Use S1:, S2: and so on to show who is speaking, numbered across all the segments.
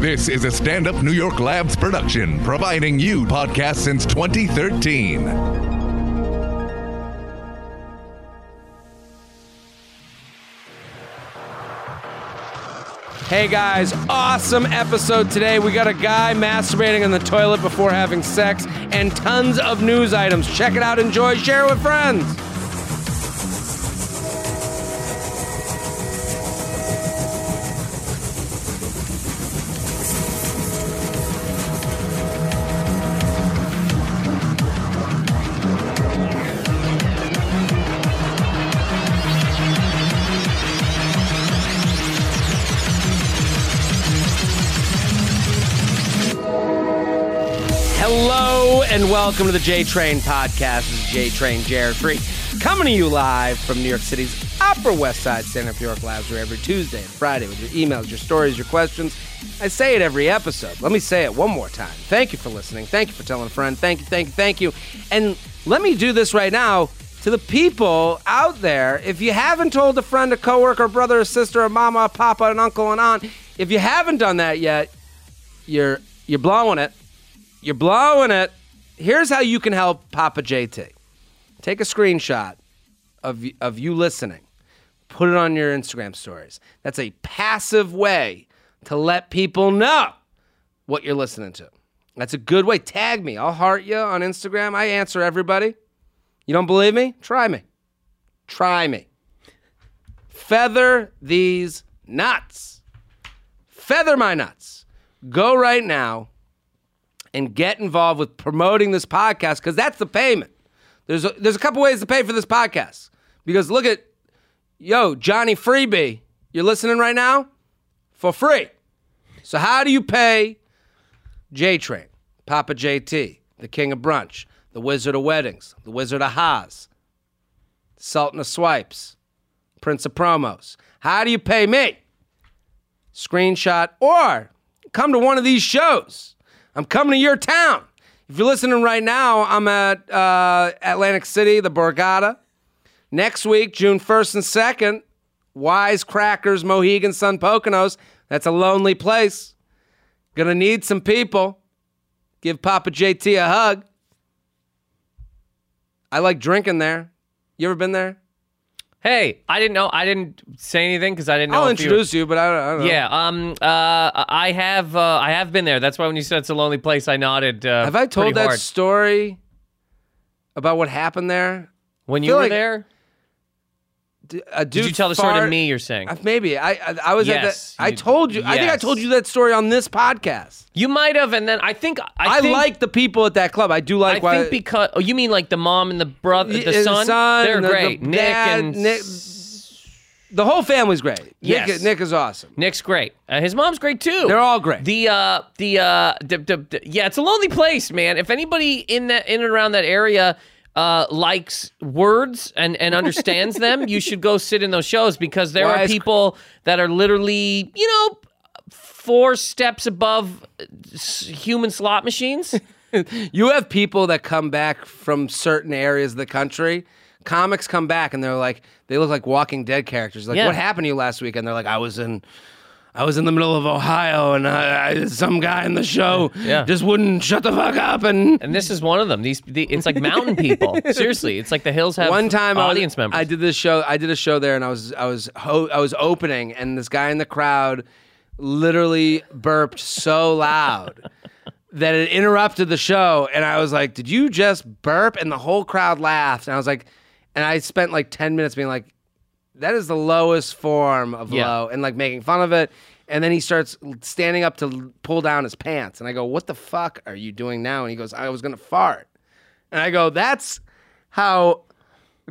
S1: This is a stand up New York Labs production, providing you podcasts since 2013.
S2: Hey guys, awesome episode today. We got a guy masturbating in the toilet before having sex and tons of news items. Check it out, enjoy, share it with friends. Hello and welcome to the J Train Podcast. This is J Train Jared Free coming to you live from New York City's Upper West Side Stand Up New York Labs, where every Tuesday and Friday with your emails, your stories, your questions. I say it every episode. Let me say it one more time. Thank you for listening. Thank you for telling a friend. Thank you, thank you, thank you. And let me do this right now to the people out there. If you haven't told a friend, a coworker, brother, a sister, a mama, a papa, an uncle, an aunt, if you haven't done that yet, you're you're blowing it. You're blowing it. Here's how you can help Papa JT. Take a screenshot of y- of you listening. Put it on your Instagram stories. That's a passive way to let people know what you're listening to. That's a good way. Tag me. I'll heart you on Instagram. I answer everybody. You don't believe me? Try me. Try me. Feather these nuts. Feather my nuts. Go right now and get involved with promoting this podcast because that's the payment. There's a, there's a couple ways to pay for this podcast because look at yo Johnny Freebie, you're listening right now for free. So how do you pay J Train, Papa JT, the King of Brunch, the Wizard of Weddings, the Wizard of Haas, Sultan of Swipes, Prince of Promos? How do you pay me? screenshot, or come to one of these shows. I'm coming to your town. If you're listening right now, I'm at uh, Atlantic City, the Borgata. Next week, June 1st and 2nd, Wise Crackers, Mohegan Sun Poconos. That's a lonely place. Gonna need some people. Give Papa JT a hug. I like drinking there. You ever been there?
S3: Hey, I didn't know. I didn't say anything because I didn't know.
S2: I'll
S3: if you-
S2: introduce you, but I don't, I don't know.
S3: Yeah. Um. Uh. I have. Uh, I have been there. That's why when you said it's a lonely place, I nodded. Uh,
S2: Have I told
S3: pretty
S2: that
S3: hard.
S2: story about what happened there?
S3: when
S2: feel
S3: you were
S2: like-
S3: there?
S2: D- a
S3: Did you
S2: dude
S3: tell the story to
S2: fart-
S3: me? You're saying
S2: Uh, Maybe I I, I was
S3: Yes,
S2: at that. I
S3: you-
S2: told you. I think I
S3: yes.
S2: told you that story on this podcast.
S3: you might have, and then I think
S2: I,
S3: I, think,
S2: like the people at that club. I do
S3: I
S2: like. why,
S3: think because oh, you mean like the mom and the brother,
S2: Y-
S3: the
S2: and
S3: son. They're
S2: and the-
S3: great.
S2: the
S3: Nick
S2: dad,
S3: and
S2: Nick, the whole family's great. Nick-
S3: Yes.
S2: Nick is awesome.
S3: Nick's great. Uh, his mom's great too.
S2: They're all great.
S3: The uh, the uh, d- d- d- yeah, it's a lonely place, man. If anybody in that in and around that area uh likes words and and understands them, you should go sit in those shows because there
S2: Wise-
S3: are people that are literally you know four steps above uh, s- human slot machines.
S2: You have people that come back from certain areas of the country. Comics come back and they're like, they look like Walking Dead characters. Like,
S3: Yeah.
S2: what happened to you last week? And they're like, I was in, I was in the middle of Ohio, and I, I, some guy in the show
S3: Yeah.
S2: just wouldn't shut the fuck up. And
S3: And this is one of them. These the, it's like mountain people. Seriously, it's like the hills have
S2: one time, I was-
S3: audience members.
S2: I did this show. I did a show there, and I was, I was, ho- I was opening, and this guy in the crowd literally burped so loud. That it interrupted the show, and I was like, "Did you just burp?" And the whole crowd laughed, and I was like, and I spent like ten minutes being like, that is the lowest form of
S3: Yeah.
S2: low and like making fun of it and then he starts standing up to l- pull down his pants and i go what the fuck are you doing now and he goes i was gonna fart and i go that's how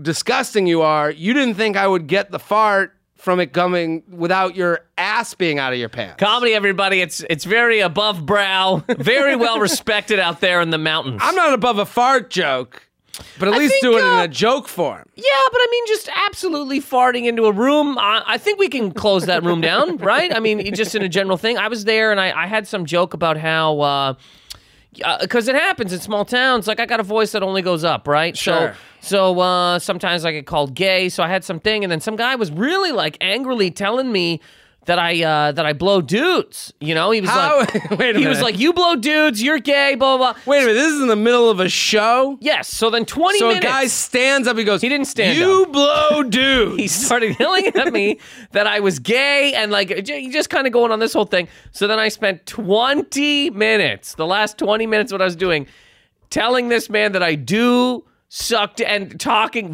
S2: disgusting you are you didn't think i would get the fart from it coming without your ass being out of your pants
S3: Comedy, everybody. It's it's very above brow, very well respected out there in the mountains.
S2: i'm not above a fart joke but at
S3: I
S2: least
S3: think,
S2: do it
S3: uh,
S2: in a joke form
S3: yeah, but I mean, just absolutely farting into a room. I, I think we can close that room down, right? I mean, it- just in a general thing. I was there, and I, I had some joke about how. Because it happens in small towns. Like I got a voice that only goes up, right?
S2: Sure.
S3: So, so uh, sometimes I get called gay. So I had something, and then some guy was really like angrily telling me that I uh, that I blow dudes. You know, he was
S2: How-
S3: like,
S2: Wait a
S3: he was
S2: minute.
S3: like, you blow dudes, you're gay, blah blah. blah.
S2: Wait a minute, this is in the middle of a show.
S3: Yes. So then 20
S2: So
S3: minutes.
S2: a guy stands up. He goes,
S3: He didn't stand
S2: You
S3: up."
S2: blow, dude.
S3: he started yelling at me that I was gay and like j- just kind of going on this whole thing. So then I spent 20 minutes, the last 20 minutes, what I was doing, telling this man that I do sucked and talking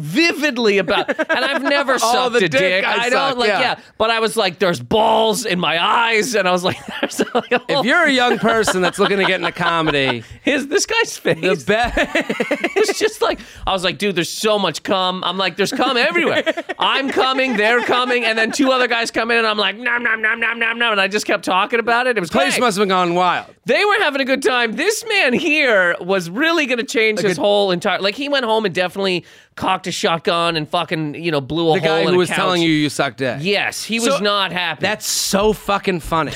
S3: vividly about and I've never
S2: Oh,
S3: sucked
S2: the
S3: a dick.
S2: dick I
S3: I don't
S2: sucked,
S3: like
S2: yeah.
S3: yeah. But I was like, there's balls in my eyes, and I was like, there's like a
S2: if
S3: whole-
S2: you're a young person that's looking to get into comedy,
S3: his this guy's face.
S2: the best.
S3: it's just like I was like, dude, there's so much cum. I'm like, there's cum everywhere. I'm coming, they're coming, and then two other guys come in, and I'm like, nom nom nom nom nom nom, and I just kept talking about it. It was
S2: place
S3: great.
S2: must have been gone wild.
S3: They were having a good time. This man here was really going to change his whole entire. Like he went home and definitely cocked a shotgun and fucking you know blew
S2: The
S3: a hole
S2: guy
S3: in
S2: who
S3: a
S2: was
S3: couch.
S2: telling you you sucked dick.
S3: Yes, he was
S2: So-
S3: not happy.
S2: That's so fucking funny.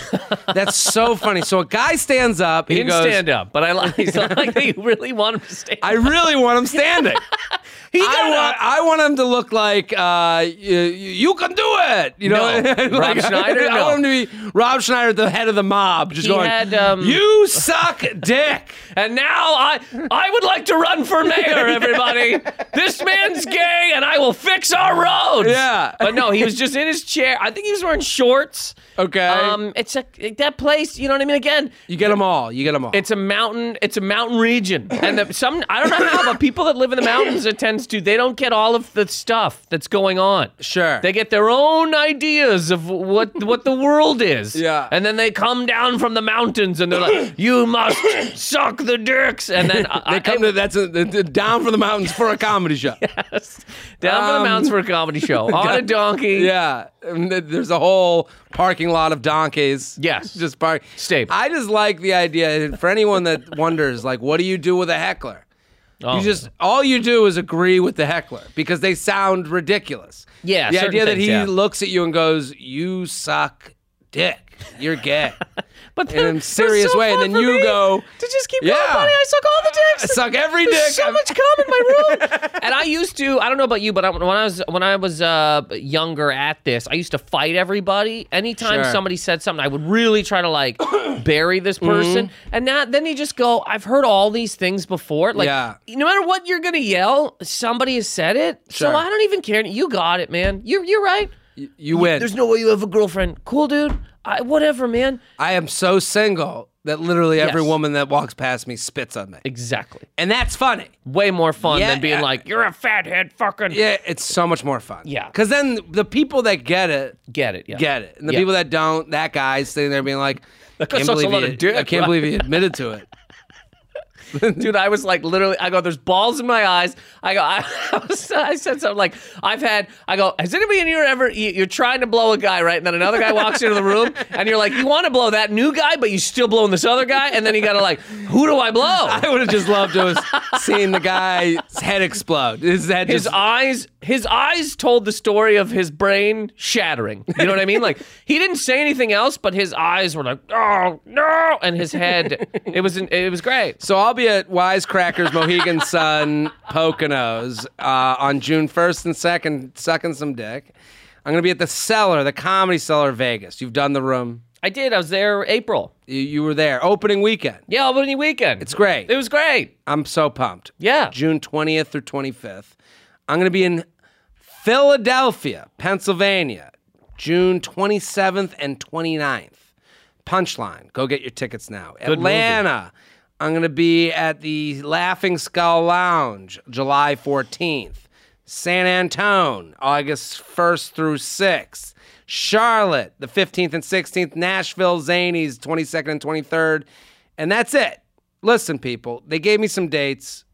S2: That's so funny. So a guy stands up. He,
S3: he didn't
S2: goes,
S3: stand up, but I like. So like they really want him to stand.
S2: I really want him standing.
S3: he
S2: I
S3: got
S2: want,
S3: up.
S2: I want him to look like uh, you, you can do it. You know,
S3: No. Rob
S2: Like,
S3: Schneider?
S2: I
S3: No.
S2: want him to be Rob Schneider, the head of the mob, just
S3: He
S2: going,
S3: had, um,
S2: "You suck dick."
S3: And now I I would like to run for mayor, everybody. this man's gay and I will fix our roads.
S2: Yeah.
S3: But no, he was just in his chair. I think he was wearing shorts.
S2: Okay,
S3: Um it's a that place, you know what I mean? Again,
S2: you get them all. You get them all.
S3: it's a mountain, it's a mountain region. And the, some I don't know how, but people that live in the mountains it tends to they don't get all of the stuff that's going on.
S2: sure.
S3: They get their own ideas of what what the world is.
S2: Yeah.
S3: And then they come down from the mountains and they're like, "You must suck the dicks." And then I,
S2: they come to that's a, the- down from the mountains for a comedy show.
S3: down from
S2: Um,
S3: the mountains for a comedy show on a donkey.
S2: Yeah, and th- there's a whole parking lot of donkeys.
S3: Yes.
S2: just park.
S3: Staple.
S2: I just like the idea and for anyone that wonders, like, what do you do with a heckler?
S3: Oh.
S2: You just all you do is agree with the heckler because they sound ridiculous.
S3: Yeah,
S2: the
S3: certain
S2: idea that
S3: things,
S2: he
S3: yeah.
S2: looks at you and goes, "You suck, dick. You're gay."
S3: but
S2: in a
S3: it was
S2: serious
S3: so
S2: way, and
S3: fun
S2: then
S3: for
S2: you
S3: me
S2: go,
S3: to just keep
S2: "Yeah.
S3: going, buddy. I suck all the
S2: I
S3: dicks.
S2: suck every
S3: There's
S2: dick.
S3: so
S2: I'm-
S3: much cum in my room. and I used to. I don't know about you, but I, when I was when I was uh, younger at this, I used to fight everybody. Anytime
S2: Sure.
S3: somebody said something, I would really try to like bury this person. And now then you just go, I've heard all these things before. Like
S2: Yeah.
S3: no matter what you're gonna yell, somebody has said it.
S2: Sure.
S3: So I don't even care. You got it, man. You you're right.
S2: You win.
S3: There's no way you have a girlfriend. Cool, dude. I, whatever, man.
S2: I am so single that literally every
S3: Yes.
S2: woman that walks past me spits on me,
S3: Exactly.
S2: and that's funny.
S3: Way more fun
S2: Yeah,
S3: than being
S2: yeah.
S3: like, you're a fathead fucking.
S2: Yeah, it's so much more fun.
S3: Yeah.
S2: Because then the people that get it
S3: Get it. Yeah.
S2: get it, and the
S3: Yeah.
S2: people that don't, that guy's sitting there being like, "I can't
S3: sucks a
S2: believe
S3: lot
S2: he,
S3: of dick,
S2: I can't
S3: right?
S2: believe he admitted to it."
S3: dude i was like literally i go there's balls in my eyes i go i, I, was, I said something like i've had i go has anybody in here ever you, you're trying to blow a guy right and then another guy walks into the room and you're like you want to blow that new guy but you still blowing this other guy and then you gotta like who do i blow
S2: I would have just loved to have seen the guy's head explode. His head
S3: his
S2: just
S3: eyes his eyes told the story of his brain shattering you know what i mean like he didn't say anything else but his eyes were like oh no and his head it was it was great
S2: So I'll be at Wisecrackers Mohegan Sun Poconos uh, on June 1st and 2nd, sucking some dick. I'm going to be at the Cellar, the Comedy Cellar Vegas. You've done the room.
S3: i did i was there april
S2: You, you were there. Opening weekend.
S3: yeah opening weekend
S2: It's great.
S3: it was great
S2: I'm so pumped.
S3: Yeah.
S2: June 20th through 25th. I'm going to be in Philadelphia, Pennsylvania, June 27th and 29th. Punchline. Go get your tickets now. Atlanta. I'm going to be at the Laughing Skull Lounge July 14th. San Antone, August 1st through 6th. Charlotte, the 15th and 16th. Nashville Zanies, 22nd and 23rd. And that's it. Listen, people, they gave me some dates.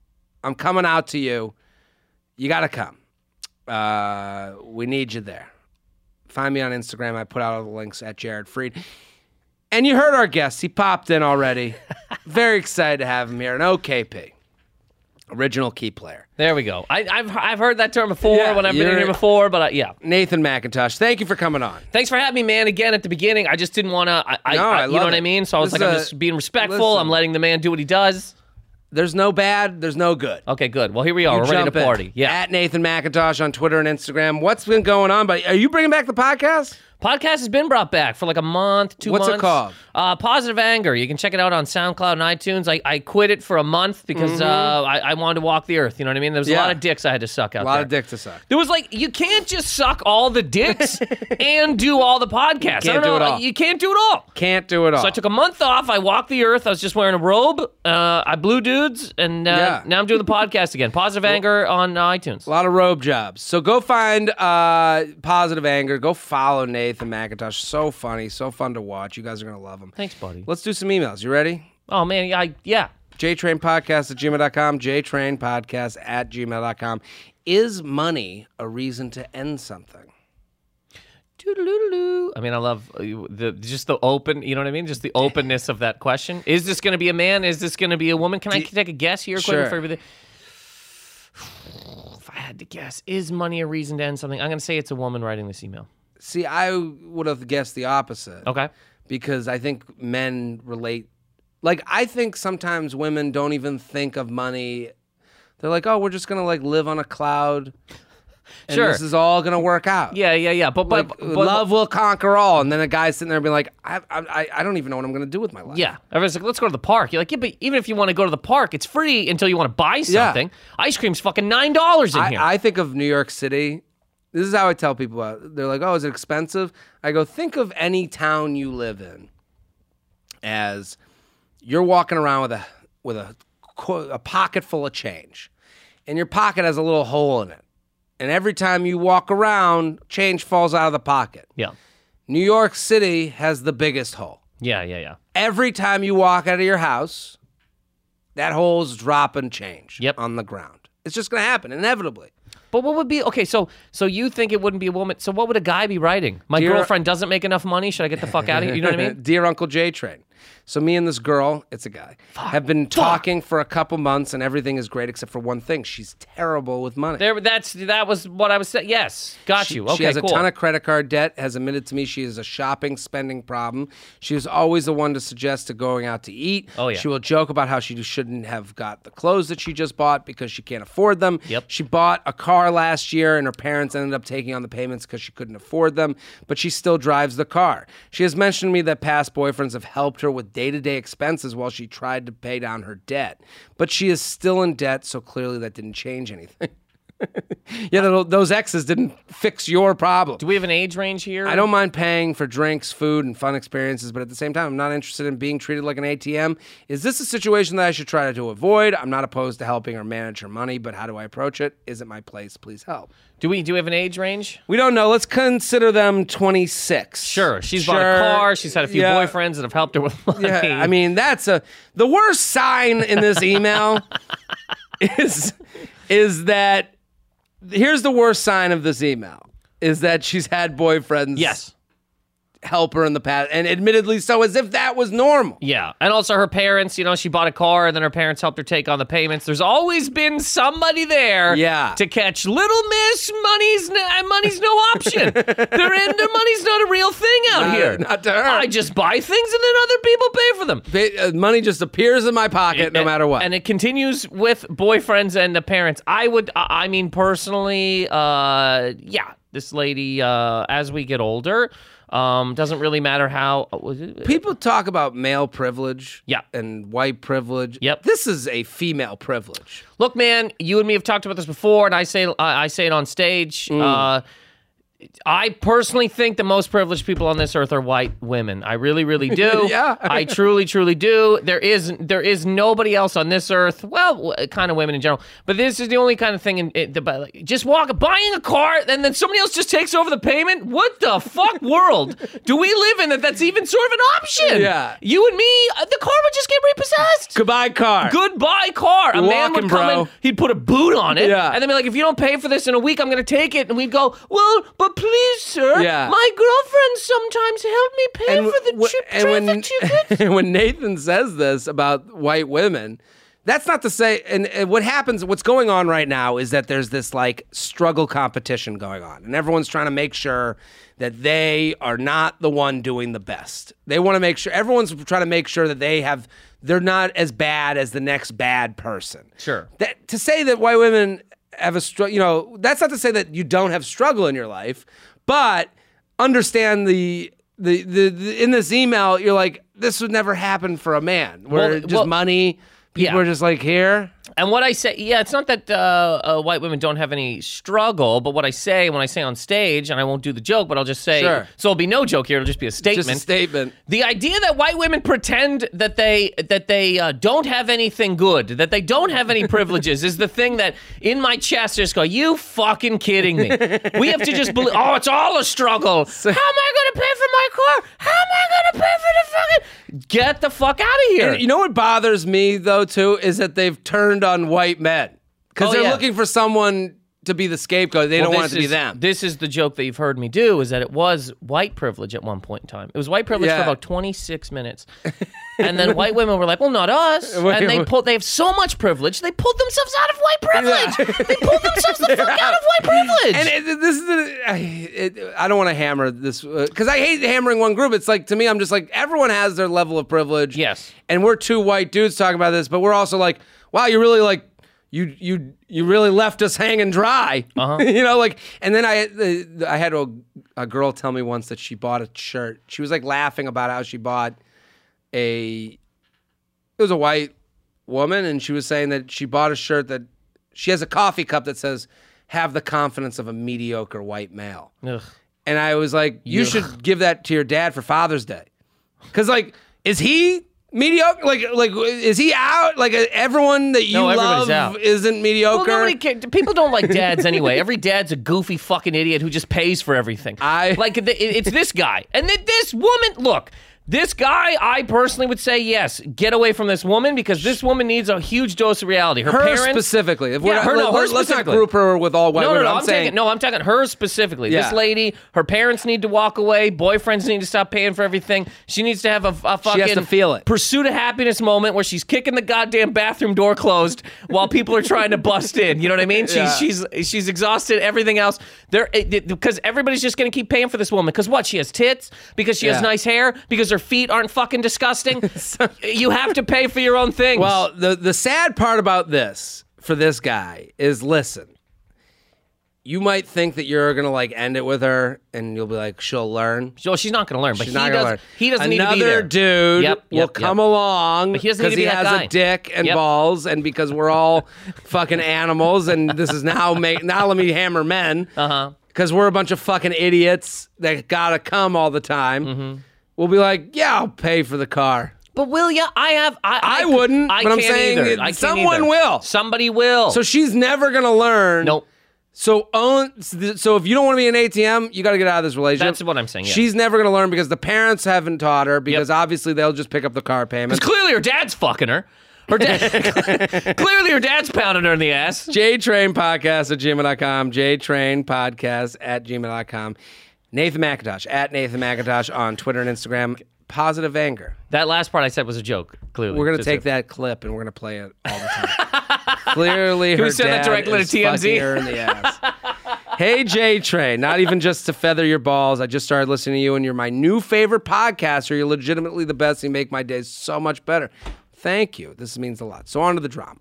S2: I'm coming out to you. You got to come. Uh, we need you there. Find me on Instagram. I put out all the links at Jared Freed. And you heard our guest. He popped in already. Very excited to have him here. An OKP, original key player.
S3: There we go. I, I've I've heard that term before
S2: Yeah,
S3: when I've been in
S2: you're-
S3: here before, but I, yeah.
S2: Nathan McIntosh, thank you for coming on.
S3: Thanks for having me, man. Again at the beginning, I just didn't want to. I,
S2: No, I love
S3: you know what
S2: it.
S3: I mean. So I was
S2: This
S3: like, I'm
S2: is a-
S3: just being respectful.
S2: listen.
S3: I'm letting the man do what he does.
S2: There's no bad, there's no good.
S3: Okay, good. Well, here we are. Oh, We're ready
S2: Jump
S3: to
S2: in.
S3: party. Yeah.
S2: At Nathan McIntosh on Twitter and Instagram. What's been going on, buddy? Are you bringing back the podcast?
S3: Podcast has been brought back for like a month, two
S2: What's it
S3: months.
S2: called?
S3: Uh, Positive Anger. You can check it out on SoundCloud and iTunes. I, I quit it for a month because uh, I, I wanted to walk the earth. You know what I mean? There was a
S2: Mm-hmm. Yeah.
S3: lot of dicks I had to suck out
S2: A lot
S3: there.
S2: of dick to suck.
S3: There was like you can't just suck all the dicks and do all the podcasts. I
S2: can't
S3: don't
S2: do
S3: know,
S2: it all.
S3: You can't do it all.
S2: Can't do it all.
S3: So I took a month off. I walked the earth. I was just wearing a robe. Uh, I blew dudes, and uh,
S2: Yeah.
S3: now I'm doing the podcast again. Positive anger on uh, iTunes.
S2: A lot of robe jobs. So go find uh, Positive Anger. Go follow Nathan McIntosh. So funny, so fun to watch. You guys are going to love him.
S3: Thanks, buddy.
S2: Let's do some emails. You ready?
S3: Oh man, I yeah.
S2: JTrainPodcast at gmail.com, JTrainPodcast at gmail.com. Is money a reason to end something?
S3: Toodaloo. I mean, I love uh, the just the open. You know what I mean? Just the openness of that question. Is this going to be a man? Is this going to be a woman? Can I take a guess here? quick
S2: Sure.
S3: before everything? If I had to guess, is money a reason to end something? I'm going to say it's a woman writing this email.
S2: See, I would have guessed the opposite.
S3: Okay.
S2: because I think men relate. Like I think sometimes women don't even think of money. They're like, oh, we're just gonna like live on a cloud. And
S3: Sure.
S2: This is all gonna work out.
S3: Yeah, yeah, yeah. But but,
S2: Like,
S3: but
S2: love will conquer all. And then a guy's sitting there being like, I, I, I- I don't even know what I'm gonna do with my life.
S3: Yeah. Everyone's like, let's go to the park. You're like, yeah, but even if you want to go to the park, it's free until you want to buy something. Ice cream's fucking nine dollars in here.
S2: I, I think of New York City. This is how I tell people about. It. They're like, "Oh, is it expensive?" I go, "Think of any town you live in as you're walking around with a with a co- a pocket full of change, and your pocket has a little hole in it, and every time you walk around, change falls out of the pocket.
S3: yeah.
S2: New York City has the biggest hole.
S3: Yeah, yeah, yeah.
S2: Every time you walk out of your house, that hole's dropping change
S3: Yep.
S2: on the ground. It's just going to happen inevitably."
S3: But what would be okay? So, so you think it wouldn't be a woman? So, what would a guy be writing? My
S2: Dear-
S3: girlfriend doesn't make enough money. Should I get the fuck out of here? You know what I mean?
S2: Uh, Dear Uncle J Train. So me and this girl, it's a guy, have been talking for a couple months, and everything is great except for one thing: she's terrible with money.
S3: There, that's that was what I was saying. Yes, got you. Okay,
S2: she has
S3: cool.
S2: a ton of credit card debt. Has admitted to me she is a shopping spending problem. She is always the one to suggest to going out to eat.
S3: Oh, yeah.
S2: She will joke about how she shouldn't have got the clothes that she just bought because she can't afford them.
S3: Yep.
S2: She bought a car last year and her parents ended up taking on the payments because she couldn't afford them. But she still drives the car. She has mentioned to me that past boyfriends have helped her with day to day expenses while she tried to pay down her debt. But she is still in debt, so clearly that didn't change anything. Yeah, tho- those exes didn't fix your problem.
S3: Do we have an age range here?
S2: I don't mind paying for drinks, food, and fun experiences, but at the same time, I'm not interested in being treated like an ATM. Is this a situation that I should try to avoid? I'm not opposed to helping her manage her money, but how do I approach it? Is it my place? Please help.
S3: Do we? Do we have an age range?
S2: We don't know. Let's consider them 26.
S3: Sure. She's bought a car. She's had a few
S2: Yeah.
S3: boyfriends that have helped her with money.
S2: Yeah, I mean that's a the worst sign in this email is is that here's the worst sign of this email is that she's had boyfriends
S3: yes.
S2: help her in the past and admittedly so as if that was normal.
S3: Yeah. And also her parents, you know, she bought a car and then her parents helped her take on the payments. There's always been somebody there
S2: Yeah.
S3: to catch little miss money's n- uh, money's no option. They're into money's not a real thing out
S2: Not-
S3: here.
S2: not to her.
S3: I just buy things and then other people pay for them.
S2: They- uh, money just appears in my pocket no
S3: And-
S2: matter what.
S3: And it continues with boyfriends and the parents. I would I I mean personally uh yeah, this lady uh as we get older um doesn't really matter how uh,
S2: People talk about male privilege
S3: Yeah.
S2: and white privilege.
S3: Yep.
S2: This is a female privilege.
S3: Look, man, you and me have talked about this before, and I say I I say it on stage.
S2: Mm.
S3: Uh, I personally think the most privileged people on this earth are white women. I really, really do.
S2: Yeah.
S3: I truly, truly do. There is there is nobody else on this earth. Well, w- kind of women in general, but this is the only kind of thing. In, in the, but, like, just walk buying a car, and then somebody else just takes over the payment. What the fuck world do we live in that that's even sort of an option?
S2: Yeah.
S3: you and me, uh, the car would just get repossessed
S2: Goodbye car.
S3: goodbye car. A man
S2: walking,
S3: would come
S2: bro.
S3: in, he'd put a boot on it,
S2: Yeah.
S3: and then be like, if you don't pay for this in a week, I'm gonna take it. And we'd go, well, but please, sir,
S2: Yeah.
S3: my girlfriend sometimes helped me pay for the
S2: wh-
S3: trip
S2: and
S3: traffic
S2: when,
S3: ticket.
S2: and when Nathan says this about white women, that's not to say. And, and what happens, what's going on right now is that there's this like struggle competition going on, and everyone's trying to make sure that they are not the one doing the best. They want to make sure everyone's trying to make sure that they have they're not as bad as the next bad person.
S3: Sure.
S2: That to say that white women have a struggle, you know, that's not to say that you don't have struggle in your life, but understand the the, the the in this email you're like this would never happen for a man where
S3: Well,
S2: just
S3: well-
S2: money people
S3: Yeah.
S2: are just like here
S3: And what I say, yeah, it's not that uh, uh, white women don't have any struggle, but what I say when I say on stage, and I won't do the joke, but I'll just say,
S2: Sure.
S3: so it'll be no joke here, it'll just be a statement.
S2: just a statement
S3: the idea that white women pretend that they that they uh, don't have anything good, that they don't have any privileges, is the thing that in my chest I just go, "You fucking kidding me? We have to just believe. Oh, it's all a struggle. how am I going to pay for my car? How am I going to pay for the fucking? Get the fuck out of here!
S2: And you know what bothers me though too is that they've turned on white men because
S3: Oh,
S2: they're
S3: yeah.
S2: looking for someone to be the scapegoat. They
S3: Well,
S2: don't want it
S3: this
S2: to be
S3: is-
S2: them.
S3: This is the joke that you've heard me do is that it was white privilege at one point in time. It was white privilege
S2: Yeah.
S3: for about 26 minutes. and then white women were like, "Well, not us." And they pulled they have so much privilege. They pulled themselves out of white privilege. they pulled themselves the fuck out of white privilege.
S2: and it, this is the, I, it, I don't want to hammer this because I hate hammering one group. It's like to me, I'm just like everyone has their level of privilege.
S3: Yes.
S2: and we're two white dudes talking about this, but we're also like, wow, you really like you you you really left us hanging dry. Uh-huh. you know, like and then I the, I had a, a girl tell me once that she bought a shirt. She was like laughing about how she bought a it was a white woman and she was saying that she bought a shirt that she has a coffee cup that says have the confidence of a mediocre white male
S3: Ugh.
S2: and i was like you should give that to your dad for father's day because like is he mediocre like like is he out like everyone that you
S3: No, everybody's
S2: love
S3: out.
S2: isn't mediocre
S3: Well, nobody cares. People don't like dads anyway. Every dad's a goofy fucking idiot who just pays for everything.
S2: I-
S3: like th- it- it's this guy and th- this woman. Look, this guy. I personally would say yes. Get away from this woman because this woman needs a huge dose of reality. Her,
S2: her
S3: parents.
S2: specifically if
S3: Yeah, her- no, her
S2: let, us not
S3: specifically.
S2: group her with all white
S3: No, no,
S2: women
S3: no.
S2: i'm,
S3: I'm,
S2: saying
S3: taking no. I'm talking her specifically. This
S2: Yeah.
S3: lady, her parents need to walk away. Boyfriends need to stop paying for everything. She needs to have a, a fucking
S2: to feel it.
S3: pursuit of happiness moment where she's kicking the goddamn bathroom door closed while people are trying to bust in. You know what I mean? She's she's she's exhausted. Everything else, there because everybody's just gonna keep paying for this woman. Because what? She has tits. Because she
S2: Yeah.
S3: has nice hair. Because her feet aren't fucking disgusting. you have to pay for your own things.
S2: Well, the the sad part about this for this guy is listen. You might think that you're gonna like end it with her, and you'll be like, she'll learn.
S3: Well, she's not gonna learn. But
S2: She's
S3: he
S2: not
S3: does.
S2: gonna learn.
S3: He doesn't
S2: Another
S3: need to be there.
S2: dude
S3: Yep,
S2: will
S3: yep,
S2: come
S3: yep.
S2: along
S3: he doesn't need
S2: because
S3: to be
S2: he has
S3: that guy.
S2: a dick and
S3: Yep.
S2: balls, and because we're all fucking animals, and this is now make now let me hammer men. Uh
S3: Uh-huh.
S2: huh. Because we're a bunch of fucking idiots that gotta come all the time.
S3: Mm-hmm.
S2: We'll be like, yeah, I'll pay for the car.
S3: But will ya? I have. I,
S2: I wouldn't,
S3: I
S2: but I'm
S3: can't
S2: saying
S3: either.
S2: it-
S3: I can't
S2: someone
S3: either.
S2: will.
S3: Somebody will.
S2: So she's never gonna learn.
S3: nope.
S2: So own. So if you don't want to be an ATM, you got to get out of this relationship.
S3: That's what I'm saying, yeah.
S2: She's never going to learn because the parents haven't taught her. Because obviously they'll just pick up the car payment.
S3: Clearly, her dad's fucking her. Her dad. clearly, her dad's pounding her in the ass.
S2: JTrain podcast at gmail.com. JTrain podcast at gmail.com. Nathan McIntosh at Nathan McIntosh on Twitter and Instagram. Positive anger.
S3: That last part I said was a joke. Clearly,
S2: We're going to
S3: Just
S2: take
S3: a-
S2: that clip and we're going to play it all the time. Clearly, her
S3: we send that
S2: dad
S3: directly to
S2: is
S3: TMZ?
S2: fucking her in the ass. hey, J Train, not even just to feather your balls. I just started listening to you, and you're my new favorite podcaster. You're legitimately the best. You make my days so much better. Thank you. This means a lot. So on to the drama.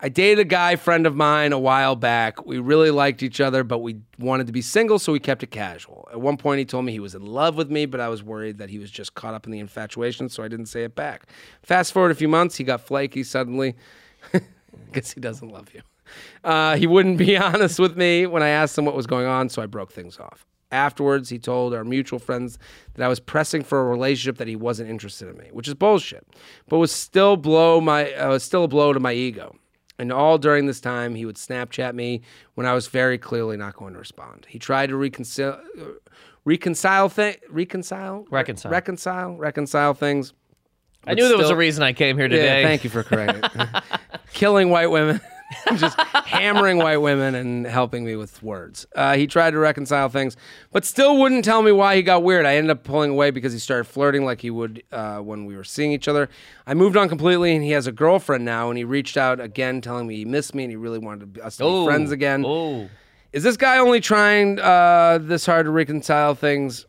S2: I dated a guy friend of mine a while back. We really liked each other, but we wanted to be single, so we kept it casual. At one point, he told me he was in love with me, but I was worried that he was just caught up in the infatuation, so I didn't say it back. Fast forward a few months, he got flaky suddenly. Guess he doesn't love you. Uh, he wouldn't be honest with me when I asked him what was going on, so I broke things off. Afterwards, he told our mutual friends that I was pressing for a relationship that he wasn't interested in me, which is bullshit, but was still blow my uh, was still a blow to my ego. And all during this time, he would Snapchat me when I was very clearly not going to respond. He tried to reconcile, reconcile, thi- reconcile,
S3: Reconcile.
S2: reconcile, reconcile things.
S3: I knew there was a
S2: still-
S3: reason I came here
S2: Yeah,
S3: today.
S2: thank you for correcting. Killing white women, just hammering white women and helping me with words. Uh, he tried to reconcile things, but still wouldn't tell me why he got weird. I ended up pulling away because he started flirting like he would uh, when we were seeing each other. I moved on completely, and he has a girlfriend now. And he reached out again, telling me he missed me and he really wanted to be- us to
S3: Oh,
S2: be friends again.
S3: Oh,
S2: Is this guy only trying uh, this hard to reconcile things?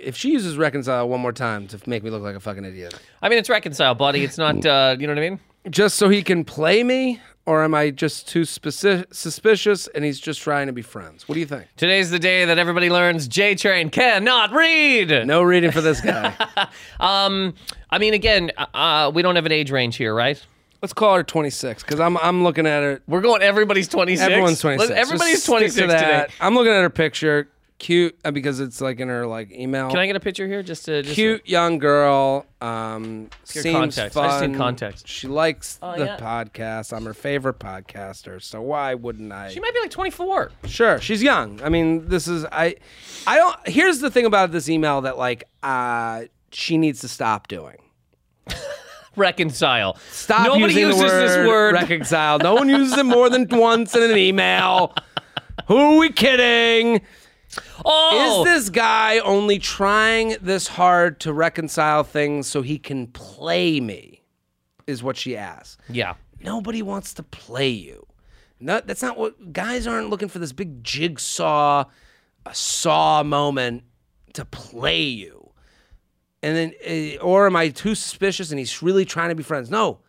S2: If she uses reconcile one more time to make me look like a fucking idiot
S3: I mean, it's reconcile, buddy. It's not. Uh, you know what I mean?
S2: just so he can play me. or am I just too speci- suspicious and he's just trying to be friends? What do you think?
S3: Today's the day that everybody learns J Train cannot read.
S2: No reading for this guy.
S3: Um, I mean, again, uh, we don't have an age range here, right?
S2: Let's call her 26 because I'm I'm looking at her.
S3: We're going. Everybody's twenty six.
S2: Everyone's 26. Let's
S3: Everybody's
S2: stick to
S3: twenty six today.
S2: that. I'm looking at her picture. Cute uh, because it's like in her like email.
S3: Can I get a picture here? Just to just
S2: Cute young girl. Um, seems
S3: context.
S2: fun.
S3: I just need context.
S2: She likes the
S3: yeah.
S2: podcast. I'm her favorite podcaster, so why wouldn't I?
S3: She might be like twenty four.
S2: Sure, she's young. I mean, this is I I don't here's the thing about this email that like uh she needs to stop doing.
S3: Reconcile.
S2: Stop
S3: Nobody
S2: using the
S3: uses this word.
S2: reconcile. No one uses it more than once in an email. Who are we kidding? Is
S3: oh,
S2: this guy only trying this hard to reconcile things so he can play me? Is what she asked.
S3: yeah.
S2: Nobody wants to play you. No, that's not what guys aren't looking for. This big jigsaw, a saw moment to play you, and then eh, or am I too suspicious? And he's really trying to be friends. No,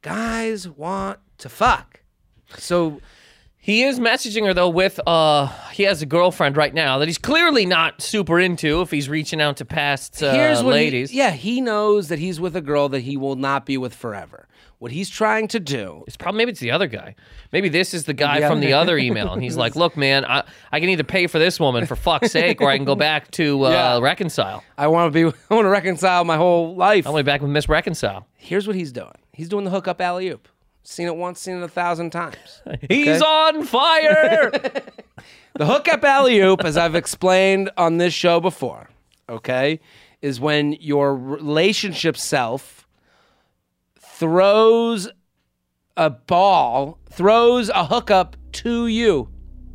S2: guys want to fuck. So
S3: He is messaging her though with uh he has a girlfriend right now that he's clearly not super into if he's reaching out to past uh,
S2: here's what he-
S3: ladies.
S2: yeah, he knows that he's with a girl that he will not be with forever. What he's trying to do
S3: It's probably maybe it's the other guy. Maybe this is the guy
S2: The
S3: from
S2: other
S3: the
S2: guy.
S3: other email, and he's like, "Look, man, I, I can either pay for this woman for fuck's sake, or I can go back to uh,
S2: Yeah.
S3: reconcile.
S2: I want to be. I want to reconcile my whole life.
S3: I want to be back with Miss Reconcile.
S2: Here's what he's doing. He's doing the hookup alley oop. Seen it once, seen it a thousand times.
S3: He's on fire.
S2: The hookup alley oop, as I've explained on this show before, okay, is when your relationship self throws a ball, throws a hookup to you.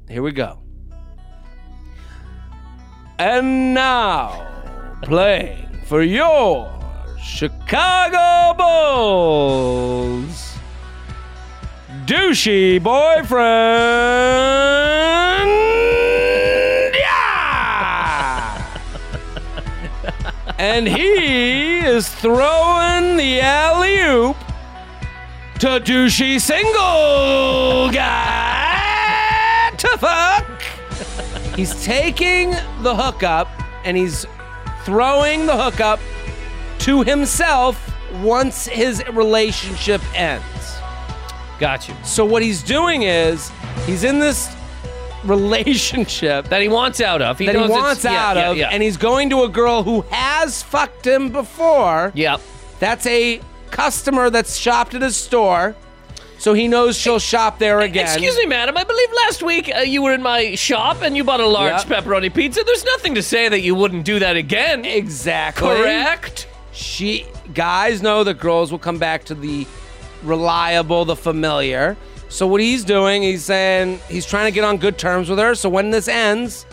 S2: Here we go. And now, playing for your Chicago Bulls, douchey boyfriend. Yeah! and he is throwing the alley oop to douchey single guy to fuck. He's taking the hookup and he's throwing the hookup to himself once his relationship ends.
S3: Got you.
S2: So what he's doing is he's in this relationship that,
S3: That he wants out of. He
S2: he
S3: knows it's-
S2: wants
S3: yeah,
S2: out
S3: yeah,
S2: of
S3: Yeah.
S2: and he's going to a girl who has fucked him before.
S3: Yep.
S2: That's a customer that's shopped at his store. So he knows she'll shop there again.
S3: Excuse me, madam. I believe last week uh, you were in my shop and you bought a large
S2: Yeah.
S3: pepperoni pizza. There's nothing to say that you wouldn't do that again.
S2: Exactly.
S3: Correct.
S2: She guys know that girls will come back to the reliable, the familiar. So what he's doing, he's saying he's trying to get on good terms with her. So when this ends,